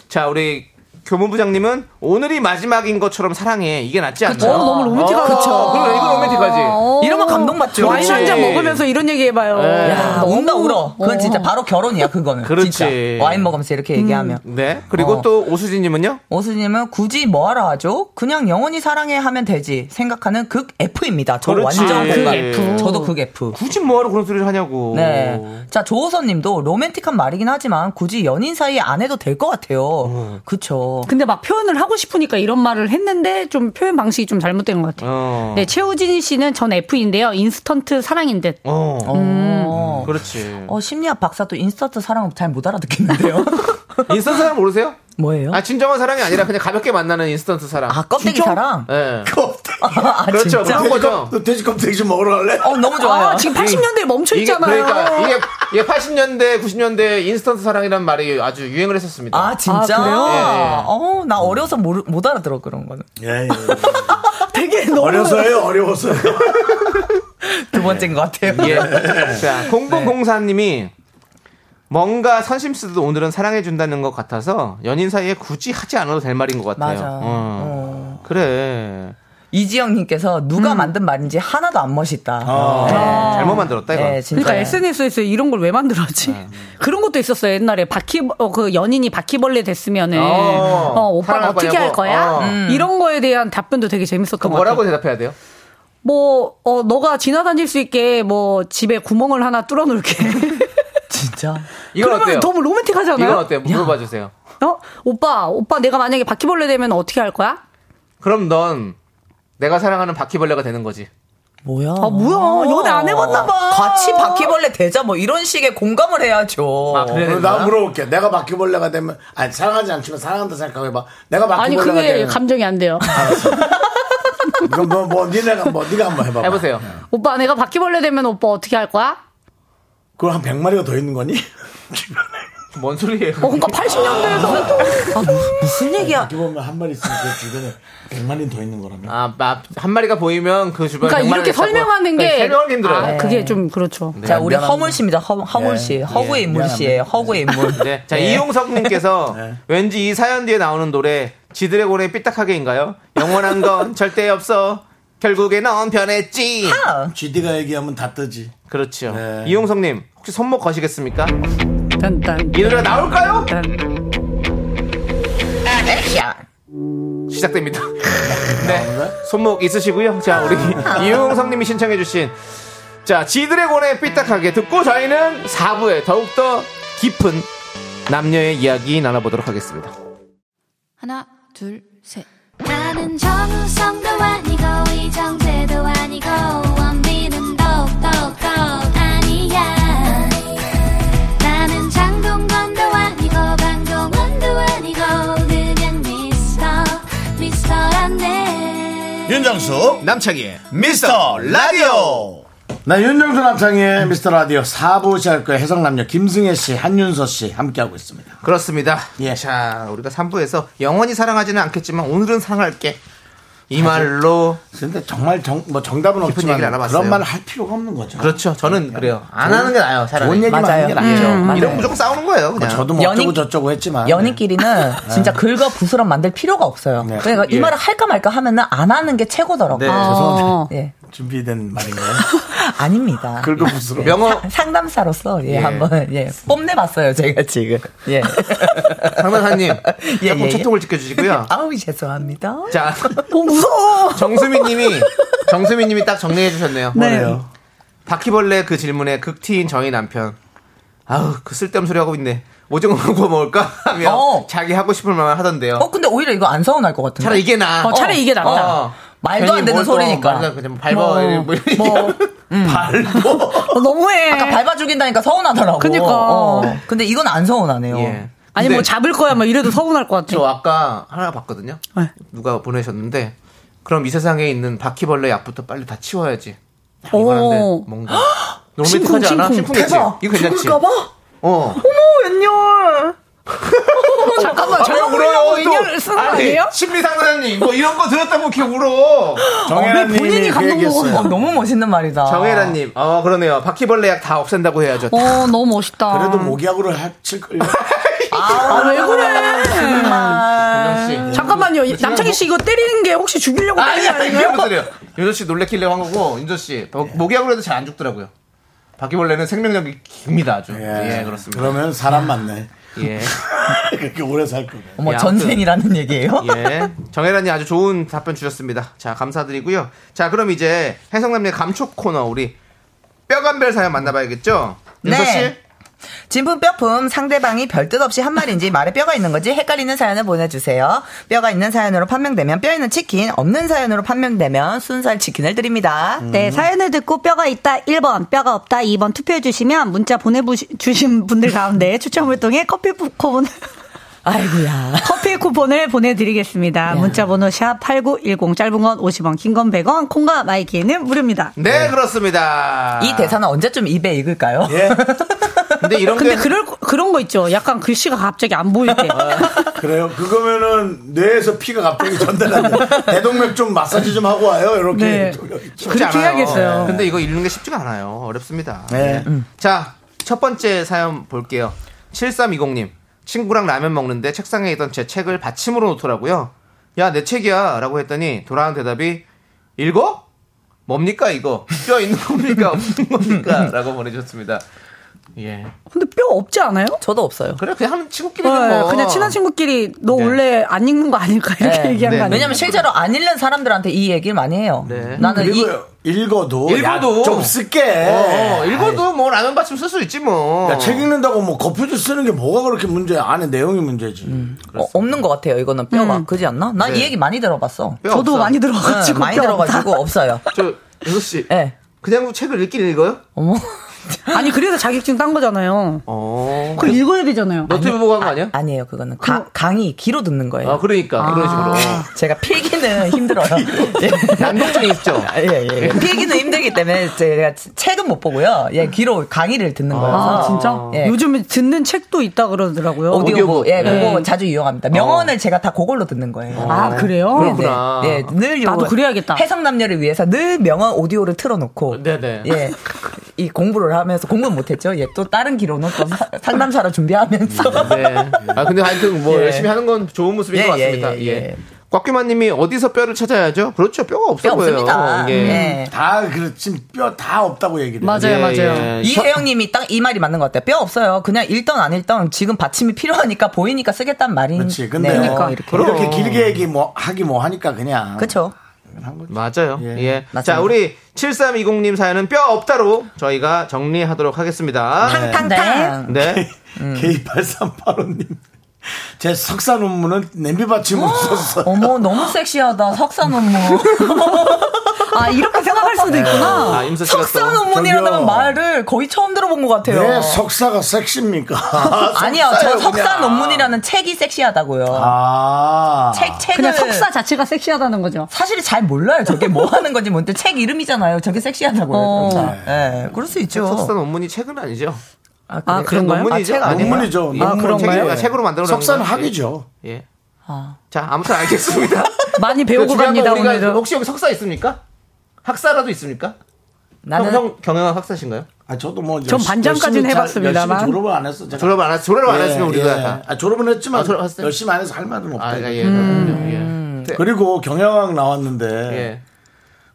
자, 우리 교문부장님은 오늘이 마지막인 것처럼 사랑해. 이게 낫지 않나?
어, 너무 로맨틱하다. 어.
그쵸. 그럼 이거 로맨틱하지.
이러면 감동받죠
와인 한 잔
그렇지. 네.
먹으면서 이런 얘기 해봐요.
야, 온다 울어 그건 진짜 바로 결혼이야 그거는
그렇지.
진짜 와인 먹으면서 이렇게
음.
얘기하면
네. 그리고
어.
또 오수진님은요?
오수님은 굳이 뭐하러 하죠? 그냥 영원히 사랑해 하면 되지 생각하는 극 F입니다. 저
그렇지.
완전
극
공감.
F.
저도 극 F.
굳이 뭐하러 그런 소리를 하냐고.
네. 자 조호선님도 로맨틱한 말이긴 하지만 굳이 연인 사이에 안 해도 될 것 같아요.
음.
그쵸.
근데 막 표현을 하고 싶으니까 이런 말을 했는데 좀 표현 방식이 좀 잘못된 것 같아요.
어.
네, 최우진 씨는 전 F인데요. 인스턴트 사랑인 듯.
어.
음.
어.
그렇지.
어, 심리학 박사도 인스턴트 사랑 잘 못 알아듣겠는데요.
인스턴트 사랑 모르세요?
어?
뭐예요?
아, 진정한 사랑이 아니라 그냥 가볍게 만나는 인스턴트 사랑.
아 껍데기 사랑.
예.
껍데기
아,
그렇죠.
진짜?
그런 거죠.
너 돼지 껍데기 좀 먹으러 갈래?
어 너무 좋아요.
아, 지금 80년대에 멈춰
이게
있잖아요.
그러니까 이게 이게 80년대 90년대 인스턴트 사랑이라는 말이 아주 유행을 했었습니다.
아, 진짜?
아, 그래요?
예, 예.
어, 나 어려서 모르, 못 알아들어, 그런 거는.
예, 예.
아,
되게 너무
어려서요 어려워서요
두 번째인 것 같아요.
예. 자, 0004님이 뭔가 선심스도 오늘은 사랑해 준다는 것 같아서 연인 사이에 굳이 하지 않아도 될 말인 것 같아요.
맞아.
어. 그래.
이지영님께서
음.
누가 만든 말인지 하나도 안 멋있다. 네.
아.
잘못 만들었다 이거.
네, 진짜.
그러니까 SNS에서 이런 걸 왜 만들었지?
네,
그런 것도 있었어요. 옛날에 바퀴 어, 그 연인이 바퀴벌레 됐으면은
어,
어, 오빠
사랑할
어떻게
거냐고.
할 거야?
어.
음. 이런 거에 대한 답변도 되게 재밌었던
그
것 같아요.
뭐라고 대답해야 돼요?
뭐 어, 너가 지나다닐 수 있게 뭐 집에 구멍을 하나 뚫어 놓을게.
진짜.
이건
그러면
어때요?
너무 로맨틱하잖아요.
이건 어때요? 물어봐 주세요.
어? 오빠, 오빠 내가 만약에 바퀴벌레 되면 어떻게 할 거야?
그럼 넌 내가 사랑하는 바퀴벌레가 되는 거지.
뭐야?
아, 뭐야. 연애 안 해봤나봐.
같이 바퀴벌레 되자 뭐 이런 식의 공감을 해야죠.
아,
어, 그럼 나 물어볼게. 내가 바퀴벌레가 되면 아니 사랑하지 않지만 사랑한다 생각해봐. 내가
아니
바퀴벌레가
그게
되면
감정이 안 돼요.
아.
그럼 너, 뭐 니네가 뭐 네가 한번 해봐.
해보세요.
오빠 내가 바퀴벌레 되면 오빠 어떻게 할 거야?
그걸 한 100마리가 더 있는 거니?
뭔 소리예요?
어, 그러니까 80년대에서
아.
무슨 얘기야?
바퀴벌레 한 마리 있으면 그 주변에 100마리는 더 있는 거라며.
아, 마- 한 마리가 보이면 그 주변
그러니까 이렇게 설명하는 게
네, 설명하기 힘들어요. 네.
아, 그게 좀 그렇죠.
네.
자, 우리
미안합니다.
허물씨입니다. 허, 허물 씨.
예,
허구의
예,
인물 씨예요.
미안합니다.
허구의 인물.
네. 자, 이용석님께서 왠지 이 사연 뒤에 나오는 노래 지드래곤의 삐딱하게인가요? 영원한 건 절대 없어. 결국에 넌 변했지.
GD가 얘기하면 다 뜨지.
그렇죠.
네.
이용석님 혹시 손목 거시겠습니까?
딴딴.
이 노래 나올까요? 아, 네.
딴.
시작됩니다. 네. 손목 있으시고요. 자, 우리 이용성님이 신청해주신 자, 지드래곤의 삐딱하게 듣고 저희는 4부에 더욱더 깊은 남녀의 이야기 나눠보도록 하겠습니다.
하나 둘 셋.
나는 정우성도 아니고 이정재도 아니고 원빈은 더욱더 아니야 나는 장동건도 아니고 강동원도 아니고 그냥 미스터 미스터란데
윤정수
남창희의
미스터 라디오. 나 윤정수 남창의 미스터 라디오 4부 시작할 거예요. 해성남녀 김승혜 씨, 한윤서 씨 함께하고 있습니다.
그렇습니다.
예.
자, 우리가 3부에서 영원히 사랑하지는 않겠지만 오늘은 사랑할게. 이 말로
근데 정말 정, 뭐 정답은 없지만
얘기를 알아봤어요.
그런 말을 할 필요가 없는 거죠.
그렇죠. 저는 그래요. 안 하는 게 나아요. 사람이.
좋은 얘기만
맞아요.
하는 게 낫죠.
음,
이런
맞아요.
무조건 싸우는 거예요. 그냥.
저도 뭐
연인-
어쩌고 저쩌고
아,
했지만
네.
연인끼리는 진짜 긁어 부스럼 만들 필요가 없어요.
네.
그러니까 이
예.
말을 할까 말까 하면은 안 하는 게 최고더라고요.
네.
어.
예.
준비된
어,
말인가요?
아닙니다.
긁어 부스러.
명언
상담사로서 예,
예.
한번 예, 뽐내봤어요 제가 지금 예
상담사님
예,
조금
예, 예.
채통을 지켜주시고요.
아우 죄송합니다 어,
자,
너무 무서워
정수미님이 정수미님이 딱 정리해 주셨네요.
뭐래요?
바퀴벌레 그 질문에 극티인 저희 남편. 아우 그 쓸데없는 소리 하고 있네. 오징어 구워 먹을까 하며
어.
자기 하고 싶은 말만 하던데요.
어 근데 오히려 이거 안 서운할 것 같은데
차라리 이게 나.
어, 차라리 이게 낫다.
말도 안 되는 소리니까.
그냥 밟아 뭐, 이런 얘기하고.
음.
어, 너무해.
아까 밟아 죽인다니까 서운하더라고
그니까.
어. 근데 이건 안 서운하네요
예.
아니
근데
뭐 잡을 거야 뭐 이래도 서운할 것 같아.
저 아까 하나 봤거든요.
네.
누가 보내셨는데 그럼 이 세상에 있는 바퀴벌레 약부터 빨리 다 치워야지.
오.
이거는데 뭔가 로맨틱하지
심쿵,
않아?
심쿵.
심쿵했지. 이거 괜찮지? 어.
아,
잠깐만
왜
저런
울어요,
거라고
아, 또?
인연을 쓰는 거
아니,
아니에요?
심리 상담님 뭐 이런 거 들었다고 이렇게 울어.
정혜라님이
본인이
그
감동
얘기했어요.
어, 너무 멋있는 말이다
정혜라님, 어 그러네요. 바퀴벌레 약 다 없앤다고 해야죠.
어 너무 멋있다.
그래도 모기약으로 합칠 걸.
아, 왜 그래?
윤정 씨. 어,
잠깐만요. 이- 남창희 씨 이거 때리는 게 혹시 죽이려고
뭐 아니
때리는 거
아니 그게
아니에요?
무슨 소리예요? 윤정 씨 놀래키려고 한 거고 윤정 씨 모- 모기약으로 해도 잘 안 죽더라고요. 바퀴벌레는 생명력이 깁니다 아주. 예, 그렇습니다.
그러면 사람 맞네.
예.
그렇게 오래 살 거네.
어머
야,
전생이라는 얘기예요
예. 정혜란님 아주 좋은 답변 주셨습니다. 자, 감사드리고요. 자, 그럼 이제 해성남녀 감촉 코너 우리 뼈간별 사연 만나봐야겠죠?
네.
윤서 씨?
진품 뼈품 상대방이 별뜻 없이 한 말인지 말에 뼈가 있는 건지 헷갈리는 사연을 보내주세요. 뼈가 있는 사연으로 판명되면 뼈 있는 치킨, 없는 사연으로 판명되면 순살 치킨을 드립니다.
네, 사연을 듣고 뼈가 있다 1번, 뼈가 없다 2번 투표해 주시면 문자 보내주신 분들 가운데 추첨을 통해 커피 쿠폰을
아이고야.
커피 쿠폰을 보내드리겠습니다. 문자 번호 샵8910 짧은 건 50원, 긴 건 100원, 콩과 마이키는 무료입니다.
네, 그렇습니다.
이 대사는 언제쯤 입에 익을까요?
예.
근데 이런
근데
게
그럴 거- 그런 거 있죠. 약간 글씨가 갑자기 안 보일 때.
아,
그래요. 그거면은 뇌에서 피가 갑자기 전달한다. 대동맥 좀 마사지 좀 하고 와요. 이렇게.
네.
쉽지
그렇게
않아요. 네.
해야겠어요.
근데 이거 읽는 게 쉽지가 않아요. 어렵습니다.
네.
음.
자, 첫 번째 사연 볼게요. 7320님. 친구랑 라면 먹는데 책상에 있던 제 책을 받침으로 놓더라고요. 야, 내 책이야. 라고 했더니 돌아온 대답이 읽어? 뭡니까, 이거? 뼈 있는 겁니까? 없는 겁니까? 라고 보내주셨습니다. 예.
근데 뼈 없지 않아요?
저도 없어요.
그래, 그냥 하는 친구끼리는
네,
뭐.
그냥 친한 친구끼리 너
네.
원래 안 읽는 거 아닐까 이렇게
네.
얘기한
네.
거 아니에요?
왜냐면 실제로 안 읽는 사람들한테 이 얘기를 많이 해요.
네.
나는 이,
그리고 읽어도.
읽어도.
야, 좀 쓸게.
어,
예.
읽어도 뭐 라면 받침 쓸 수 있지 뭐.
야, 책 읽는다고 뭐 거표지 쓰는 게 뭐가 그렇게 문제야. 안에 내용이 문제지.
어, 없는 것 같아요. 이거는 뼈가. 그지 않나? 나 이
네.
얘기 많이 들어봤어.
뼈
저도
없어.
많이
응,
들어가지고
네, 많이
뼈 없다.
들어가지고 없어요.
저 윤서 씨.
예.
예.
그냥 책을 읽긴 읽어요?
어머.
아니 그래서 자격증 딴 거잖아요. 그걸 읽어야 되잖아요.
어, 너튜브 보고 한 거 아니야?
아, 니에요 그거는 가- 강의 귀로 듣는 거예요.
아, 그러니까. 그런 식으로.
제가 필기는 힘들어요.
난독증이 있죠.
아,
예, 예. 필기는 힘들기 때문에 제가 책은 못 보고요. 예, 귀로 강의를 듣는 거여서.
아, 진짜?
예.
요즘에 듣는 책도 있다 그러더라고요.
오디오북. 예, 그거
네.
자주 이용합니다. 명언을 제가 다 그걸로 듣는 거예요.
아, 그래요?
그렇구나.
네, 네. 네, 늘
나도
요거
그래야겠다.
해석 남녀를 위해서 늘 명언 오디오를 틀어놓고.
네네.
예. 이 공부를 하면서 공부는 못했죠. 예, 또 다른 기로는 또 사- 상담사를 준비하면서.
네. 아, 근데 하여튼 뭐
예.
열심히 하는 건 좋은 모습인
예,
것
예,
같습니다.
예,
예.
예.
꽉규마님이 어디서 뼈를 찾아야죠? 그렇죠. 뼈가 없어
뼈
보여요.
없습니다.
네.
예.
다 그렇지 뼈 다 없다고 얘기를. 해요.
예,
맞아요, 맞아요.
이혜영님이 딱 이 말이 맞는 것 같아요. 뼈 없어요. 그냥 읽던 안 읽던 지금 받침이 필요하니까 보이니까 쓰겠단 말이.
그렇지. 근데
그러니까.
이렇게, 이렇게 길게 얘기 뭐 하기 뭐 하니까 그냥.
그렇죠.
맞아요.
예.
예.
맞습니다.
자, 우리 7320님 사연은 뼈 없다로 저희가 정리하도록 하겠습니다.
탕탕탕.
네.
K8385님. 제 석사 논문은 냄비 받침으로 썼어요.
어머 너무 섹시하다 석사 논문.
아, 이렇게 생각할 수도 있구나.
아, 임서 씨가
석사
또.
논문이라는
네. 저기요.
말을 거의 처음 들어본 것 같아요.
왜 석사가 섹시입니까?
아니요 저
석사예요,
석사
그냥.
논문이라는 책이 섹시하다고요.
아.
책 책을
그냥 석사 자체가 섹시하다는 거죠.
사실 잘 몰라요. 저게 뭐 하는 건지 뭔데 책 이름이잖아요. 저게 섹시하다고요.
네.
어.
예, 그럴 수 있죠.
석사 논문이 책은 아니죠.
아, 그래요?
아, 그런가요?
논문-
논문이죠.
아, 책
아니에요?
논문이죠.
예.
아,
책이-
그런가요?
책으로 만들어 놓은
석사는
거예요.
학위죠.
예. 자, 아무튼 알겠습니다. 그
많이 배우고
중요한 건
갑니다,
우리가
오늘도.
혹시 여기 석사 있습니까? 학사라도 있습니까?
나는
형, 형 경영학 학사신가요?
아, 저도 뭐.
전 반장까지는 해봤습니다만.
졸업을 안 했어. 제가.
졸업 안 했, 졸업 안
예,
했으면
예.
우리가 약간.
아, 졸업은 했지만
아, 졸업했어요?
열심히 안 해서 할 말은 없다.
아, 그러니까 예, 그렇군요. 예.
그리고 경영학 나왔는데
예.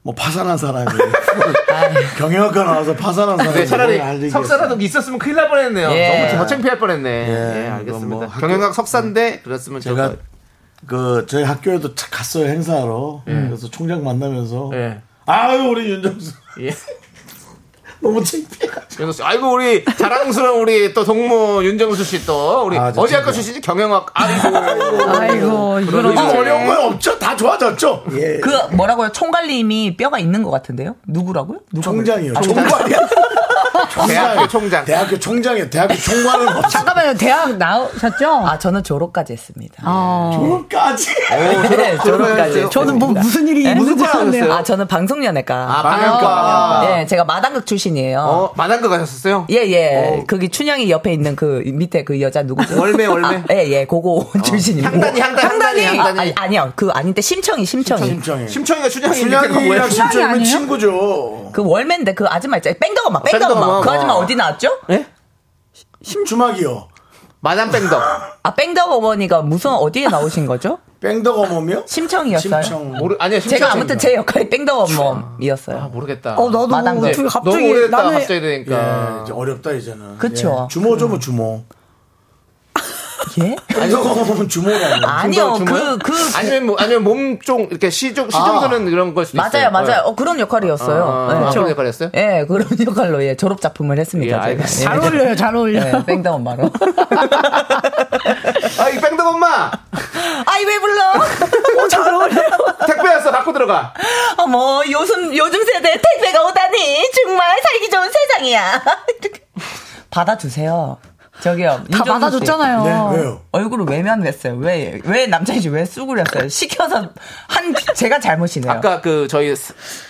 뭐 파산한 사람이 경영학과 나와서 파산한 사람이
네,
뭘
차라리
알리겠어요.
석사라도 있었으면 큰일 날 뻔했네요.
예.
너무 더 창피할 뻔했네. 예,
이거
알겠습니다.
뭐 학교- 음.
경영학 석사인데 그랬으면
제가
제가
그 저희 학교에도 착 갔어요 행사하러 그래서 총장 만나면서
예.
아유 우리 윤정수
예.
너무 창피해
윤정 씨, 아이고 우리 자랑스러운 우리 또 동무 윤정수 씨 또 우리
아, 저
어디 학과
진짜.
출신이 경영학 아이고
아이고, 이걸
요즘
어떡해.
예.
어려운 건 없죠 다 좋아졌죠 예.
그 뭐라고요? 총괄님이 뼈가 있는 것 같은데요? 누구라고요? 누가
총장이요
그래요? 아,
총관이요
대학교 총장.
대학교 총장이요 대학교 총관은 없어
아, 잠깐만요, 대학 나오셨죠? 아,
아 저는 졸업까지 했습니다.
까지
아,
네, 졸업까지.
저는 뭐 무슨 일이 있는
무슨
줄 알았네요.
아 저는 방송연예과.
아 방영과 아.
예, 제가 마당극 출신이에요.
어 마당가 가셨어요?
예, 예. 거기 춘향이 옆에 있는 그 밑에 그 여자 누구죠?
월매, 월매? 어.
아, 예, 예. 그거 출신입니다.
향단이, 향단이, 향단이, 향단이.
아, 아니, 요그 아닌데 심청이, 심청이.
심청이
심청이가 춘향이 있는 거 뭐야?
심청이랑 심청이는 친구죠
그 월맨데 그 아줌마 있잖아요. 뺑덕엄마, 뺑덕엄마.
뺑덕엄마,
그 아줌마
어.
어디 나왔죠?
예?
주막이요
마담 뺑덕.
아, 뺑덕어머니가 무슨 어디에 나오신 거죠?
뺑덕 어머며
심청이었어요.
심청
모르 아니야 심청
제가 아무튼 제 역할이 뺑덕어머니였어요.
아, 모르겠다.
어, 나도
마당
어떻게
네.
갑자기
너무 오래됐다
남의
갑자기
예,
되니까.
이제 어렵다 이제는.
그쵸.
예. 주모죠 뭐 주모.
예?
안성은 주모라고.
아니요,
중간
그,
주문?
그.
네. 아니면 뭐 아니면 몸종 이렇게 시종 시종드는 이런 걸 수도
맞아요,
있어요. 네.
맞아요. 어, 그런 역할이었어요.
아, 아, 그런 역할이었어요?
예, 그런 역할로, 예, 졸업작품을
예,
했습니다. 제가.
알겠습니다.
잘 어울려요, 잘 어울려.
예, 뺑덕엄마로.
어. 아이 뺑덕 엄마
아이, 왜 불러?
잘 어울려.
택배 왔어 갖고 들어가.
어머, 요즘, 요즘 세대 택배가 오다니. 정말 살기 좋은 세상이야. 이렇게. 받아주세요. 저기요.
다
윤정수 씨.
받아줬잖아요.
어.
네, 왜요?
얼굴을 왜면했어요 왜, 왜 남자인지 왜 쑥그렸어요? 시켜서 한, 제가 잘못이네요.
아까 그 저희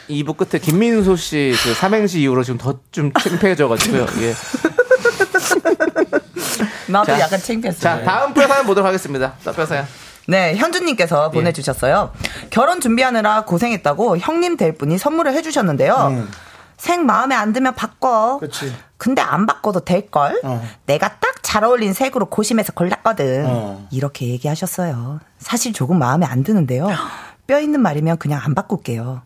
2부 끝에 김민소 씨그 삼행시 이후로 지금 더 좀 창피해져가지고요. 예.
나도
자,
약간 창피했어요.
자 다음 뼈 사연 보도록 하겠습니다. 자, 뼈 사연.
네, 현주님께서 보내주셨어요. 결혼 준비하느라 고생했다고 형님 될 분이 선물을 해주셨는데요. 색 마음에 안 들면 바꿔.
그치.
근데 안 바꿔도 될걸?
어.
내가 딱 잘 어울린 색으로 고심해서 골랐거든.
어.
이렇게 얘기하셨어요. 사실 조금 마음에 안 드는데요. 뼈 있는 말이면 그냥 안 바꿀게요.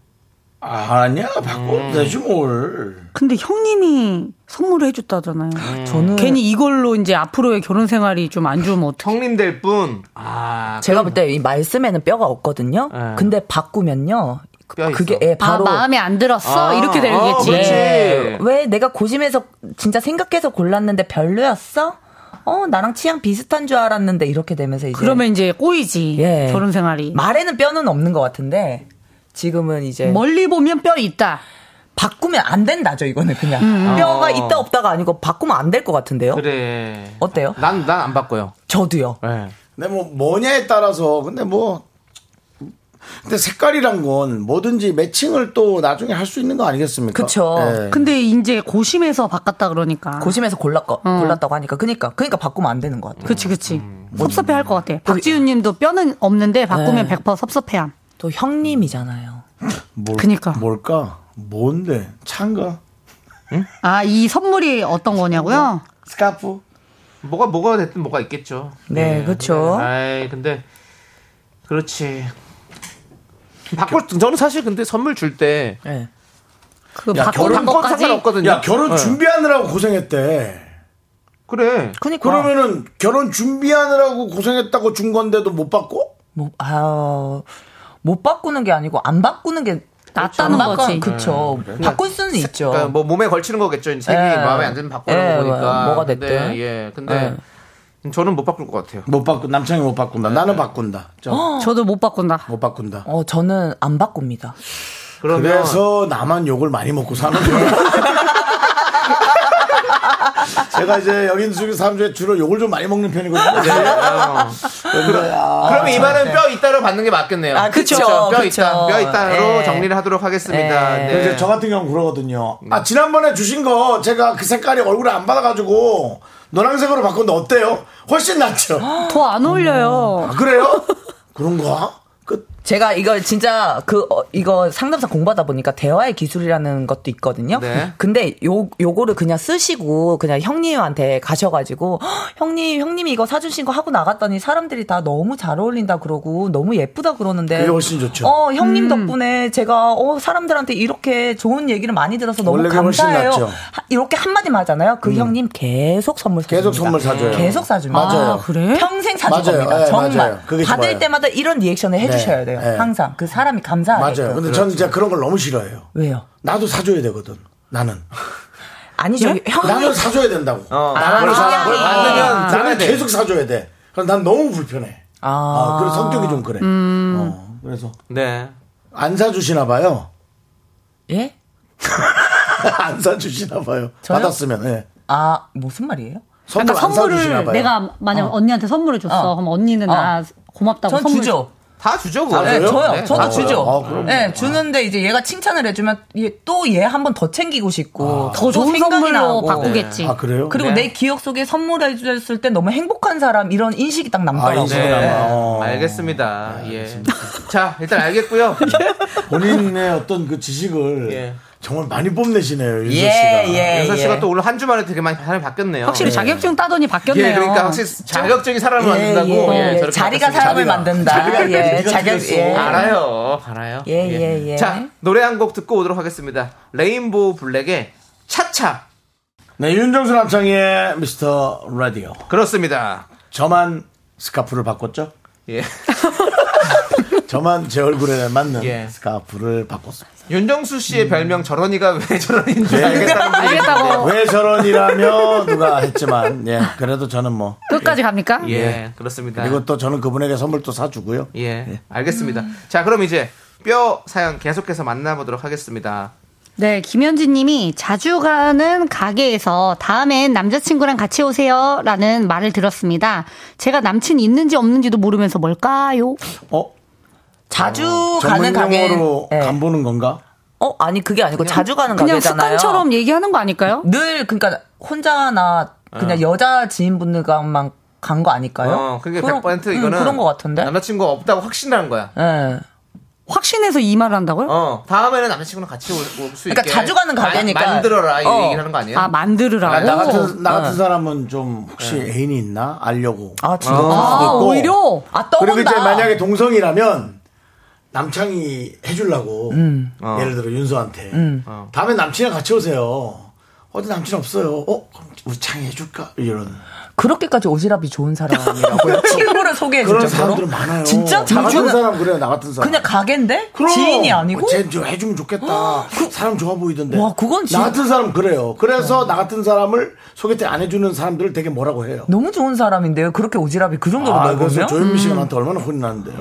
아, 아니야 바꿔도 되지 뭘.
근데 형님이 선물을 해줬다잖아요. 네.
음.
저는
괜히 이걸로 이제 앞으로의 결혼 생활이 좀 안 좋으면 어떡해.
형님 될 분. 아
제가 볼 때 이 말씀에는 뼈가 없거든요.
네.
근데 바꾸면요. 그-
뼈 있어.
그게 예, 바로
아, 마음에 안 들었어?
아,
이렇게
아,
되겠지.
그렇지.
네. 왜 내가 고심해서 진짜 생각해서 골랐는데 별로였어? 어 나랑 취향 비슷한 줄 알았는데 이렇게 되면서 이제
그러면 이제 꼬이지.
예.
결혼 생활이.
말에는 뼈는 없는 것 같은데 지금은 이제
멀리 보면 뼈 있다.
바꾸면 안 된다죠, 이거는 그냥.
음.
뼈가
어.
있다 없다가 아니고 바꾸면 안 될 것 같은데요?
그래.
어때요?
난, 난 안 바꿔요.
저도요.
네.
근데 뭐 뭐냐에 따라서 근데 뭐 근데 색깔이란 건 뭐든지 매칭을 또 나중에 할 수 있는 거 아니겠습니까?
그쵸.
예.
근데 이제 고심해서 바꿨다 그러니까.
고심해서 골랐고, 골랐다고 하니까. 그니까, 그니까 바꾸면 안 되는 것 같아요.
그치, 그치. 섭섭해 할 것 같아. 박지윤 님도 뼈는 없는데 바꾸면 100% 섭섭해함.
또 형님이잖아요.
뭘,
그니까.
뭘까? 뭔데? 차인가?
아, 이 선물이 어떤 거냐고요?
스카프.
뭐가 뭐가 됐든 뭐가 있겠죠. 뭐?
네, 그쵸.
아이 근데 그렇지. 바꿀 저는 사실 근데 선물 줄때
네.
그
아,
야, 결혼
상관없거든요.
야, 결혼
네.
준비하느라고 고생했대.
그래.
그니까.
러면은 결혼 준비하느라고 고생했다고 준 건데도 못 받고?
뭐, 아, 못 바꾸는 게 아니고 안 바꾸는 게
낫다는
그렇죠. 안 바꿔-
거지.
그쵸. 바꿀 수는 있죠.
그러니까 뭐 몸에 걸치는 거겠죠. 이제 색이
예.
마음에 안 드는 바꾸는
예,
거 보니까.
뭐가
근데,
됐든. 예.
예. 근데 저는 못 바꿀 것 같아요.
못 바꾼 남창이 못 바꾼다. 나는 바꾼다. 저,
저도 못 바꾼다.
못 바꾼다.
어, 저는 안 바꿉니다.
그러면
그래서 나만 욕을 많이 먹고 사는 거예요. 제가 이제 여긴 중에 사람 중에 주로 욕을 좀 많이 먹는
네.
편이거든요. 근데, 아,
어. 그러면 이번엔 뼈 있다로 받는 게 맞겠네요.
아, 그쵸,
그쵸? 뼈
그쵸.
있다. 뼈 있다로
예.
정리를 하도록 하겠습니다. 네.
예.
그래서 이제 저 같은 경우는 그러거든요. 아, 지난번에 주신 거 제가 그 색깔이 얼굴에 안 받아가지고 노란색으로 바꿨는데 어때요? 훨씬 낫죠?
아,
더 안 어울려요.
아, 그래요? 그런가? 끝.
제가 이걸 진짜 그 어, 이거 상담사 공부하다 보니까 대화의 기술이라는 것도 있거든요.
네.
근데 요 요거를 그냥 쓰시고 그냥 형님한테 가셔가지고 "헉, 형님 형님이 이거 사주신 거 하고 나갔더니 사람들이 다 너무 잘 어울린다 그러고 너무 예쁘다 그러는데
그게 훨씬 좋죠.
어 형님
음.
덕분에 제가 어 사람들한테 이렇게 좋은 얘기를 많이 들어서 너무
원래 그게 훨씬
감사해요.
낫죠. 음.
하- 이렇게 한마디만 하잖아요. 그 형님 계속 선물 사줍니다.
계속 선물 사줘요.
계속 사줍니다.
맞아요. 아,
그래?
평생 사줄
맞아요.
겁니다.
예,
정말
맞아요. 그게
받을
좋아요.
때마다 이런 리액션을 해주셔야 돼요.
네.
항상 그 사람이
네,
감사하게.
맞아요. 근데
그렇죠.
저는 진짜 그런 걸 너무 싫어해요.
왜요?
나도 사줘야 되거든. 나는.
아니죠.
예? 나는
형님
사줘야 된다고.
어.
나라는
아,
사람.
뭘
받으면 사줘야
나는
돼.
계속 사줘야 돼. 그럼 난 너무 불편해.
아.
아, 그래서 성격이 좀 그래. 어, 그래서
네.
안 사주시나 봐요.
예?
안 사주시나 봐요.
저요?
받았으면. 예.
아 무슨 말이에요?
선물
그러니까
안 사주시나
선물을
봐요.
내가 만약 언니한테 선물을 줬어.
어.
그럼 언니는
어.
나 고맙다고
전
선물
주죠.
다 주죠, 그거.
네,
아, 그래요?
저요.
네,
저도
다
주죠.
아, 그럼요.
네, 주는데 이제 얘가 칭찬을 해주면 또 얘 한 번 더 챙기고 싶고
더 좋은
생각이
선물로
나고.
바꾸겠지.
아, 그래요?
그리고
네.
내 기억 속에 선물해 주셨을 때 너무 행복한 사람 이런 인식이 딱 남더라고요. 예,
아, 인식이 남-
네.
어.
알겠습니다. 예. 자, 일단 알겠고요.
본인의 어떤 그 지식을
예.
정말 많이 뽐내시네요. 윤서
예,
씨가.
예,
여섯
예.
씨가 또 오늘 한 주만에 되게 많이 사람이 바뀌었네요.
확실히
예.
자격증 따더니 바뀌었네요.
예, 그러니까 확실히 자격적인 사람을
예,
만든다고.
예, 예.
저렇게
자리가
바뀌었습니다.
사람을
자리가.
만든다. 예,
네가
자격,
생겼어.
예.
알아요, 알아요.
예, 예, 예.
자, 노래 한 곡 듣고 오도록 하겠습니다. 레인보우 블랙의 차차.
네, 윤정수 남창의 미스터 라디오.
그렇습니다.
저만 스카프를 바꿨죠?
예.
저만 제 얼굴에 맞는
예.
스카프를 바꿨습니다.
윤정수 씨의
음.
별명 저런이가 왜 저런인지
네,
예.
알겠다는 분이
아, 알겠다고.
왜 저런이라며 누가 했지만, 예, 그래도 저는 뭐.
끝까지 갑니까?
예, 예,
아.
그렇습니다.
그리고 또 저는 그분에게 선물 또 사주고요.
예, 알겠습니다.
음.
자, 그럼 이제 뼈 사연 계속해서 만나보도록 하겠습니다.
네, 김현지 님이 자주 가는 가게에서 다음엔 남자친구랑 같이 오세요. 라는 말을 들었습니다. 제가 남친 있는지 없는지도 모르면서 뭘까요?
어?
자주 가는
아, 전문
가게.
용어로
예.
간 보는 건가?
어, 아니 그게 아니고 자주 가는
그냥
가게잖아요.
습관처럼 얘기하는 거 아닐까요?
늘 그러니까 혼자나 그냥 여자 지인분들과만 간 거 아닐까요?
어, 그게
그런-
100%
음,
이거는
그런 거 같은데.
남자친구 가 없다고 확신한 거야.
예.
확신해서 이 말을 한다고요?
어, 다음에는 남자친구랑 같이 올 수 있게.
그러니까 자주 가는
마-
가게니까.
만들어라 이
어.
얘기를 하는 거 예. 아니에요?
아, 만들으라고?
나
아,
같은, 나 같은 사람은 좀 혹시 애인이 있나? 알려고.
예. 아, 진짜.
아,
있고.
오히려?
아,
그리고 이제
떠본다.
만약에 동성이라면 남창이 해주려고
음.
어.
예를 들어 윤서한테 다음에 남친이랑 같이 오세요. 어제 남친 없어요. 어 그럼 우리 창이 해줄까 이런
그렇게까지 오지랖이 좋은 사람이라고요? 친구를 소개해
그런
주자.
사람들은 많아요.
예, 진짜
나 같은
자주는
사람 그래요. 나 같은 사람
뭐 그냥 가게인데
그럼.
지인이 아니고 그
쟤좀 해주면 좋겠다. 사람 좋아 보이던데.
와, 그건 진짜- 네.
나 같은 사람 그래요. 그래서 나 같은 사람을 소개팅 안 해주는 사람들을 되게 뭐라고 해요.
너무 좋은 사람인데요. 그렇게 오지랖이 그 정도로
아, 그래서
넓으면 음.
조현미 씨가 나한테 얼마나 혼이 나는데요.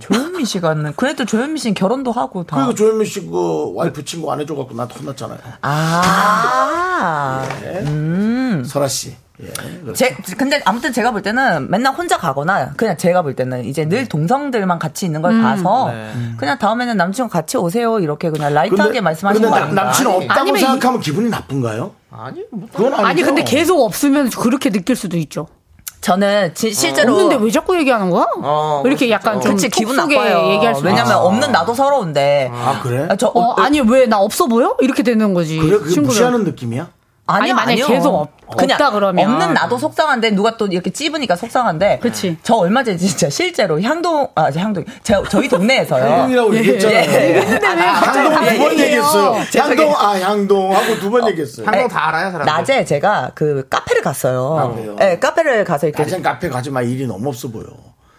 조현미 조현민 씨가는 그래도 조현민 씨는 결혼도 하고 다.
그리고 조현민 씨 그 와이프 친구 안 해줘갖고 나한테 혼났잖아요.
아.
예.
음.
설아 씨. 예.
제, 근데 아무튼 제가 볼 때는 맨날 혼자 가거나 그냥 제가 볼 때는 이제
네.
늘 동성들만 같이 있는 걸
음.
봐서
네.
그냥 다음에는 남친과 같이 오세요 이렇게 그냥 라이트하게
근데,
말씀하시는
근데
거
나-
아닌가
남친 없다고 생각하면 기분이 나쁜가요?
아니,
그건 아니죠.
아니 근데 계속 없으면 그렇게 느낄 수도 있죠.
저는 지- 실제로-
어.
그렇죠.
없는데 왜 자꾸 얘기하는 거야? 이렇게 약간 좀
그치, 기분
톡톡하게
나빠요.
얘기할 수
왜냐면
있어요.
없는 나도 서러운데.
아 그래?
아, 저
어,
어,
아니 왜 나 없어 보여? 이렇게 되는 거지.
그래 그게
친구들.
무시하는 느낌이야?
아니, 만약에 계속 없- 없다 그러면.
어, 없는 나도 속상한데 누가 또 이렇게 찝으니까 속상한데. 그렇지. 저 얼마 전에 진짜 실제로 향동 아 향동 제, 저희 동네에서요.
향동이라고
예.
얘기했잖아요.
아, 아,
향동 두
아,
번
예, 예.
얘기했어요.
죄송해요.
향동 아 향동 하고 두 번 얘기했어요.
아니, 낮에 제가 그 카페를 갔어요.
아, 그래요?
네, 카페를 가서 이렇게.
낮엔 카페 가지 마 일이 너무 없어 보여.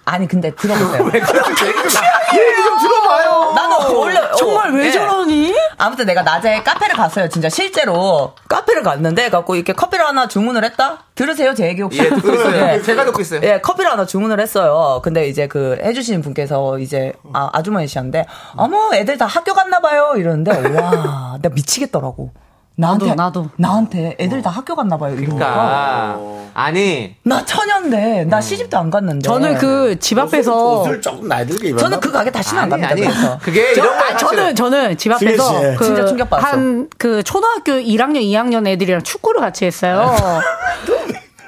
아니 근데 들어보세요.
얘기 좀 들어봐요.
나는 원래 어,
정말 왜
네.
예.
저러니?
아무튼 내가 낮에 카페를 갔어요. 진짜 실제로 카페를 갔는데 갖고 이렇게 커피를 하나 주문을 했다. 들으세요 제 얘기 혹시?
예, 듣고 있어요.
예.
제가 듣고 있어요.
예, 커피를 하나 주문을 했어요. 근데 이제 그 해주신 분께서 이제 아, 아주머니시한데 어머 애들 다 학교 갔나 봐요 이러는데 와 나 미치겠더라고. 나한테 나도 나한테 애들 다 학교 갔나 봐요 이러니까.
그러니까
어.
아니
나 처녀인데 나 시집도 안 갔는데.
저는 그 집 앞에서
조금 나이들게 입었나?
저는 그 가게 다시는 안 갑니다. 그래서.
그게
저,
이런 거야,
아니, 저는
사실은.
저는 집 앞에서 그
승혜 씨, 네, 진짜 충격받았어.
한그 초등학교 1학년, 2학년 애들이랑 축구를 같이 했어요.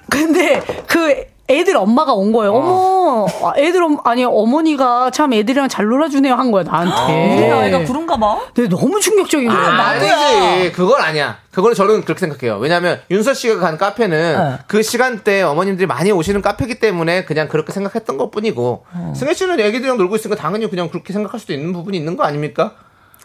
근데 그 애들 엄마가 온 거예요. 어. 머 애들 엄- 아니 어머니가 참 애들이랑 잘 놀아주네요 한 거야 나한테.
우리 아이가 아. 그런가 봐.
근데 너무 충격적인 거야.
아니지 그건 아니야 그건 저는 그렇게 생각해요 왜냐하면 윤서 씨가 간 카페는
네.
그 시간대에 어머님들이 많이 오시는 카페이기 때문에 그냥 그렇게 생각했던 것뿐이고
어.
승혜 씨는 애기들이랑 놀고 있으니까 당연히 그냥 그렇게 생각할 수도 있는 부분이 있는 거 아닙니까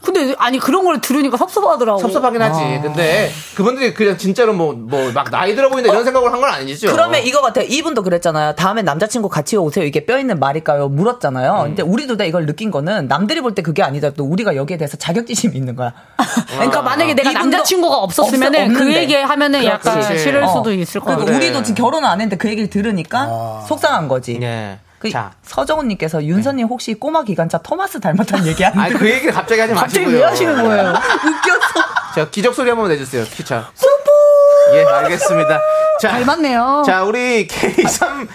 근데 아니 그런 걸 들으니까
어.
섭섭하더라고.
섭섭하긴 하지
아.
근데 그분들이 그냥 진짜로 뭐 뭐 막 나이 들어 보인다 이런 생각을 한 건 아니죠
그러면 이거 같아요. 이분도 그랬잖아요. 다음에 남자친구 같이 오세요. 이게 뼈 있는 말일까요? 물었잖아요. 근데 우리도 다 이걸 느낀 거는 남들이 볼 때 그게 아니더라도 우리가 여기에 대해서 자격지심이 있는 거야.
그러니까 만약에 내가
이분도
남자친구가 없었으면은
없어- 없는데.
그 얘기 하면은 약간
그렇지.
싫을
어.
수도 있을 것
그리고
같아.
우리도 지금 결혼을 안 했는데 그 얘기를 들으니까 속상한 거지.
예.
그 서정훈님께서 윤선님 혹시 꼬마 기관차 토마스 닮았다는 얘기 네. 아닌데?
아니 그 얘기를 갑자기 하지 마시고요
갑자기 왜 하시는 거예요?
자 기적 소리 한번 내주세요 기차 예 알겠습니다 자
어.
닮았네요.
자, 우리 K3,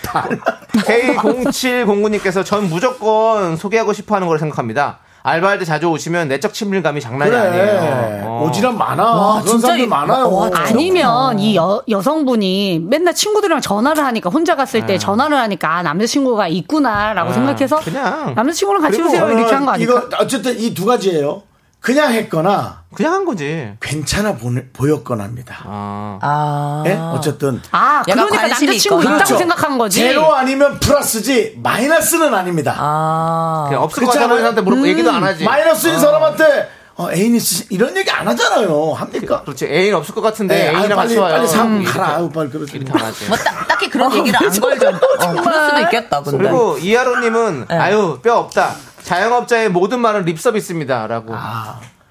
K0709님께서 전 무조건 소개하고 싶어 하는 걸 생각합니다. 알바할 때 자주 오시면 내적 친밀감이 장난이
그래.
아니에요. 어,
오지랖 많아. 그런 사람들
이-
많아요.
어,
와, 아니면 이 여, 여성분이 맨날 친구들이랑 전화를 하니까 혼자 갔을 때
음.
전화를 하니까 아, 남자친구가 있구나라고
음,
생각해서
그냥.
남자친구랑 같이
그리고
오세요 이렇게 한 거 아닐까?
이거 어쨌든 이 두 가지예요. 그냥 했거나
그냥 한 거지. 어,
괜찮아 보내, 보였거나입니다.
아.
예? 어쨌든
아
약간
그러니까
관심이
남자친구
있거나.
있다고
그렇죠.
생각한 거지.
제로 아니면 플러스지 마이너스는 아닙니다. 어.
그냥 없을 것 같다는 사람한테
음.
물어보- 얘기도 안 하지.
마이너스인
어.
사람한테 어, 애인 있으신 이런 얘기 안 하잖아요. 합니까?
그렇지. 애인 없을 것 같은데
아,
네, 애인이랑 같이
빨리,
와요.
빨리 사고
음.
가라. 아유, 빨리 그러지.
뭐
딱, 딱히
아,
그런 얘기를 안 걸죠. 어, 그럴 수도 있겠다. 근데.
그리고 이하로님은
네.
아유 뼈 없다. 자영업자의 모든 말은 립 서비스입니다라고.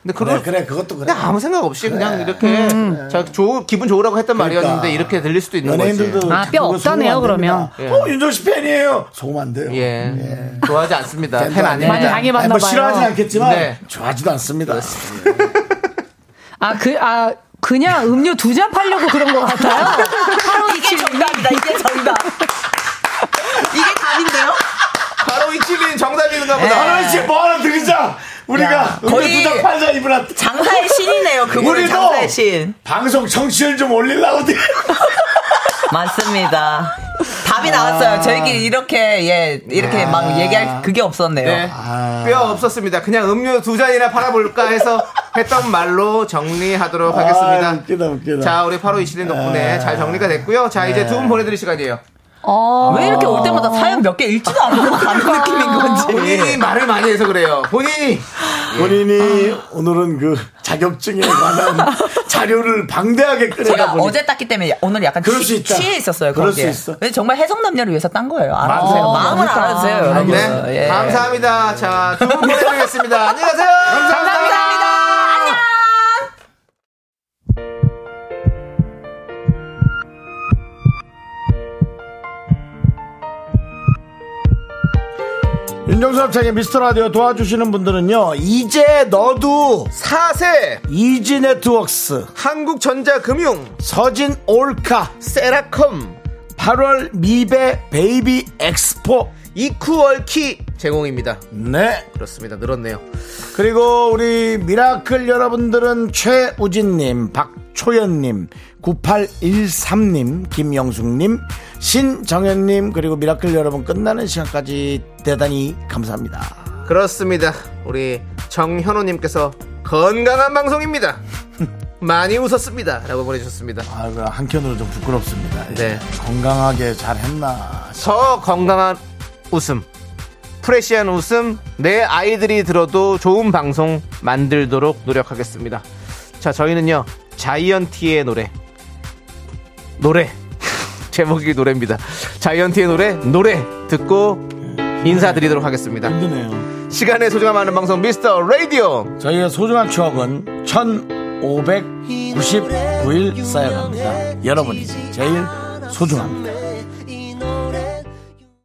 근데 그걸
아. 네, 그래, 그래 그것도 그래. 음.
그냥 아무 생각 없이 그냥 이렇게 자, 좋 기분 좋으라고 했던 말이었는데 이렇게 들릴 수도 있는
그러니까. 연예인들도
거지.
자꾸 아, 그거 속으면 안 됩니다. 어 윤정 씨 팬이에요. 속으면 안 돼요.
예. 좋아하지 않습니다. 팬
안
아닙니다.
됩니다. 아니, 뭐 싫어하진 않겠지만
네.
좋아하지도 않습니다.
아 그 아 그냥 음료 두 잔 팔려고 그런 것 같아요.
이게 정답이다. 이게 정답. 이게 답인데요?
바로 이 집인 정답인가
네.
보다.
하나 씨, 뭐 하나 드리자. 우리가
거의
거의 부장 판사 이분한테
장사의 신이네요. 그분은
우리도
장사의 신.
방송 청취율 좀 올리려고 드려.
맞습니다. 답이
아.
나왔어요. 저희끼리 이렇게 예 이렇게 막 얘기할 그게 없었네요.
네. 뼈 없었습니다. 그냥 음료 두 잔이나 팔아볼까 해서 했던 말로 정리하도록 하겠습니다.
아, 웃기다, 웃기다.
자, 우리 바로 이시린 덕분에 잘 정리가 됐고요. 자, 이제
네.
두 분 보내드릴 시간이에요.
어,
왜 이렇게
아.
올 때마다 사연 몇 개 읽지도 않고 가는 느낌인
아,
건지.
본인이 말을 많이 해서 그래요. 본인이.
예. 본인이 오늘은 그 자격증에 관한 자료를 방대하게
제가
끌어다 보니
어제 땄기 때문에 오늘 약간
그럴 수
취,
있다.
취해 있었어요.
그럴
거기에.
수 있어.
근데 정말 해성 남녀를 위해서 딴 거예요. 알아주세요.
맞아요.
마음을
그러니까.
알아주세요. 여러분.
네.
예.
감사합니다. 자, 두 분 보내드리겠습니다. 안녕히 가세요. 감사합니다.
윤정수 합창의 미스터 라디오 도와주시는 분들은요. 이제 너도
사세
이지 네트웍스
한국전자금융
서진 올카
세라컴
8월 미베 베이비 엑스포
이쿠얼키 제공입니다.
네.
그렇습니다. 늘었네요.
그리고 우리 미라클 여러분들은 최우진님, 박초연님, 9813님, 김영숙님, 신정현님, 그리고 미라클 여러분 끝나는 시간까지 대단히 감사합니다.
그렇습니다. 우리 정현호님께서 건강한 방송입니다. 많이 웃었습니다. 라고 보내주셨습니다.
아, 그 한켠으로 좀 부끄럽습니다. 예.
네.
건강하게 잘 했나.
더 건강한 웃음. 프레시한 웃음. 내 아이들이 들어도 좋은 방송 만들도록 노력하겠습니다. 자, 저희는요. 자이언티의 노래. 노래. 제목이 노래입니다. 자이언티의 노래, 노래 듣고 인사드리도록 하겠습니다.
힘드네요.
시간의 소중함 하는 방송 미스터 라디오.
저희의 소중한 추억은 1599일 쌓여갑니다. 여러분이 제일 소중합니다.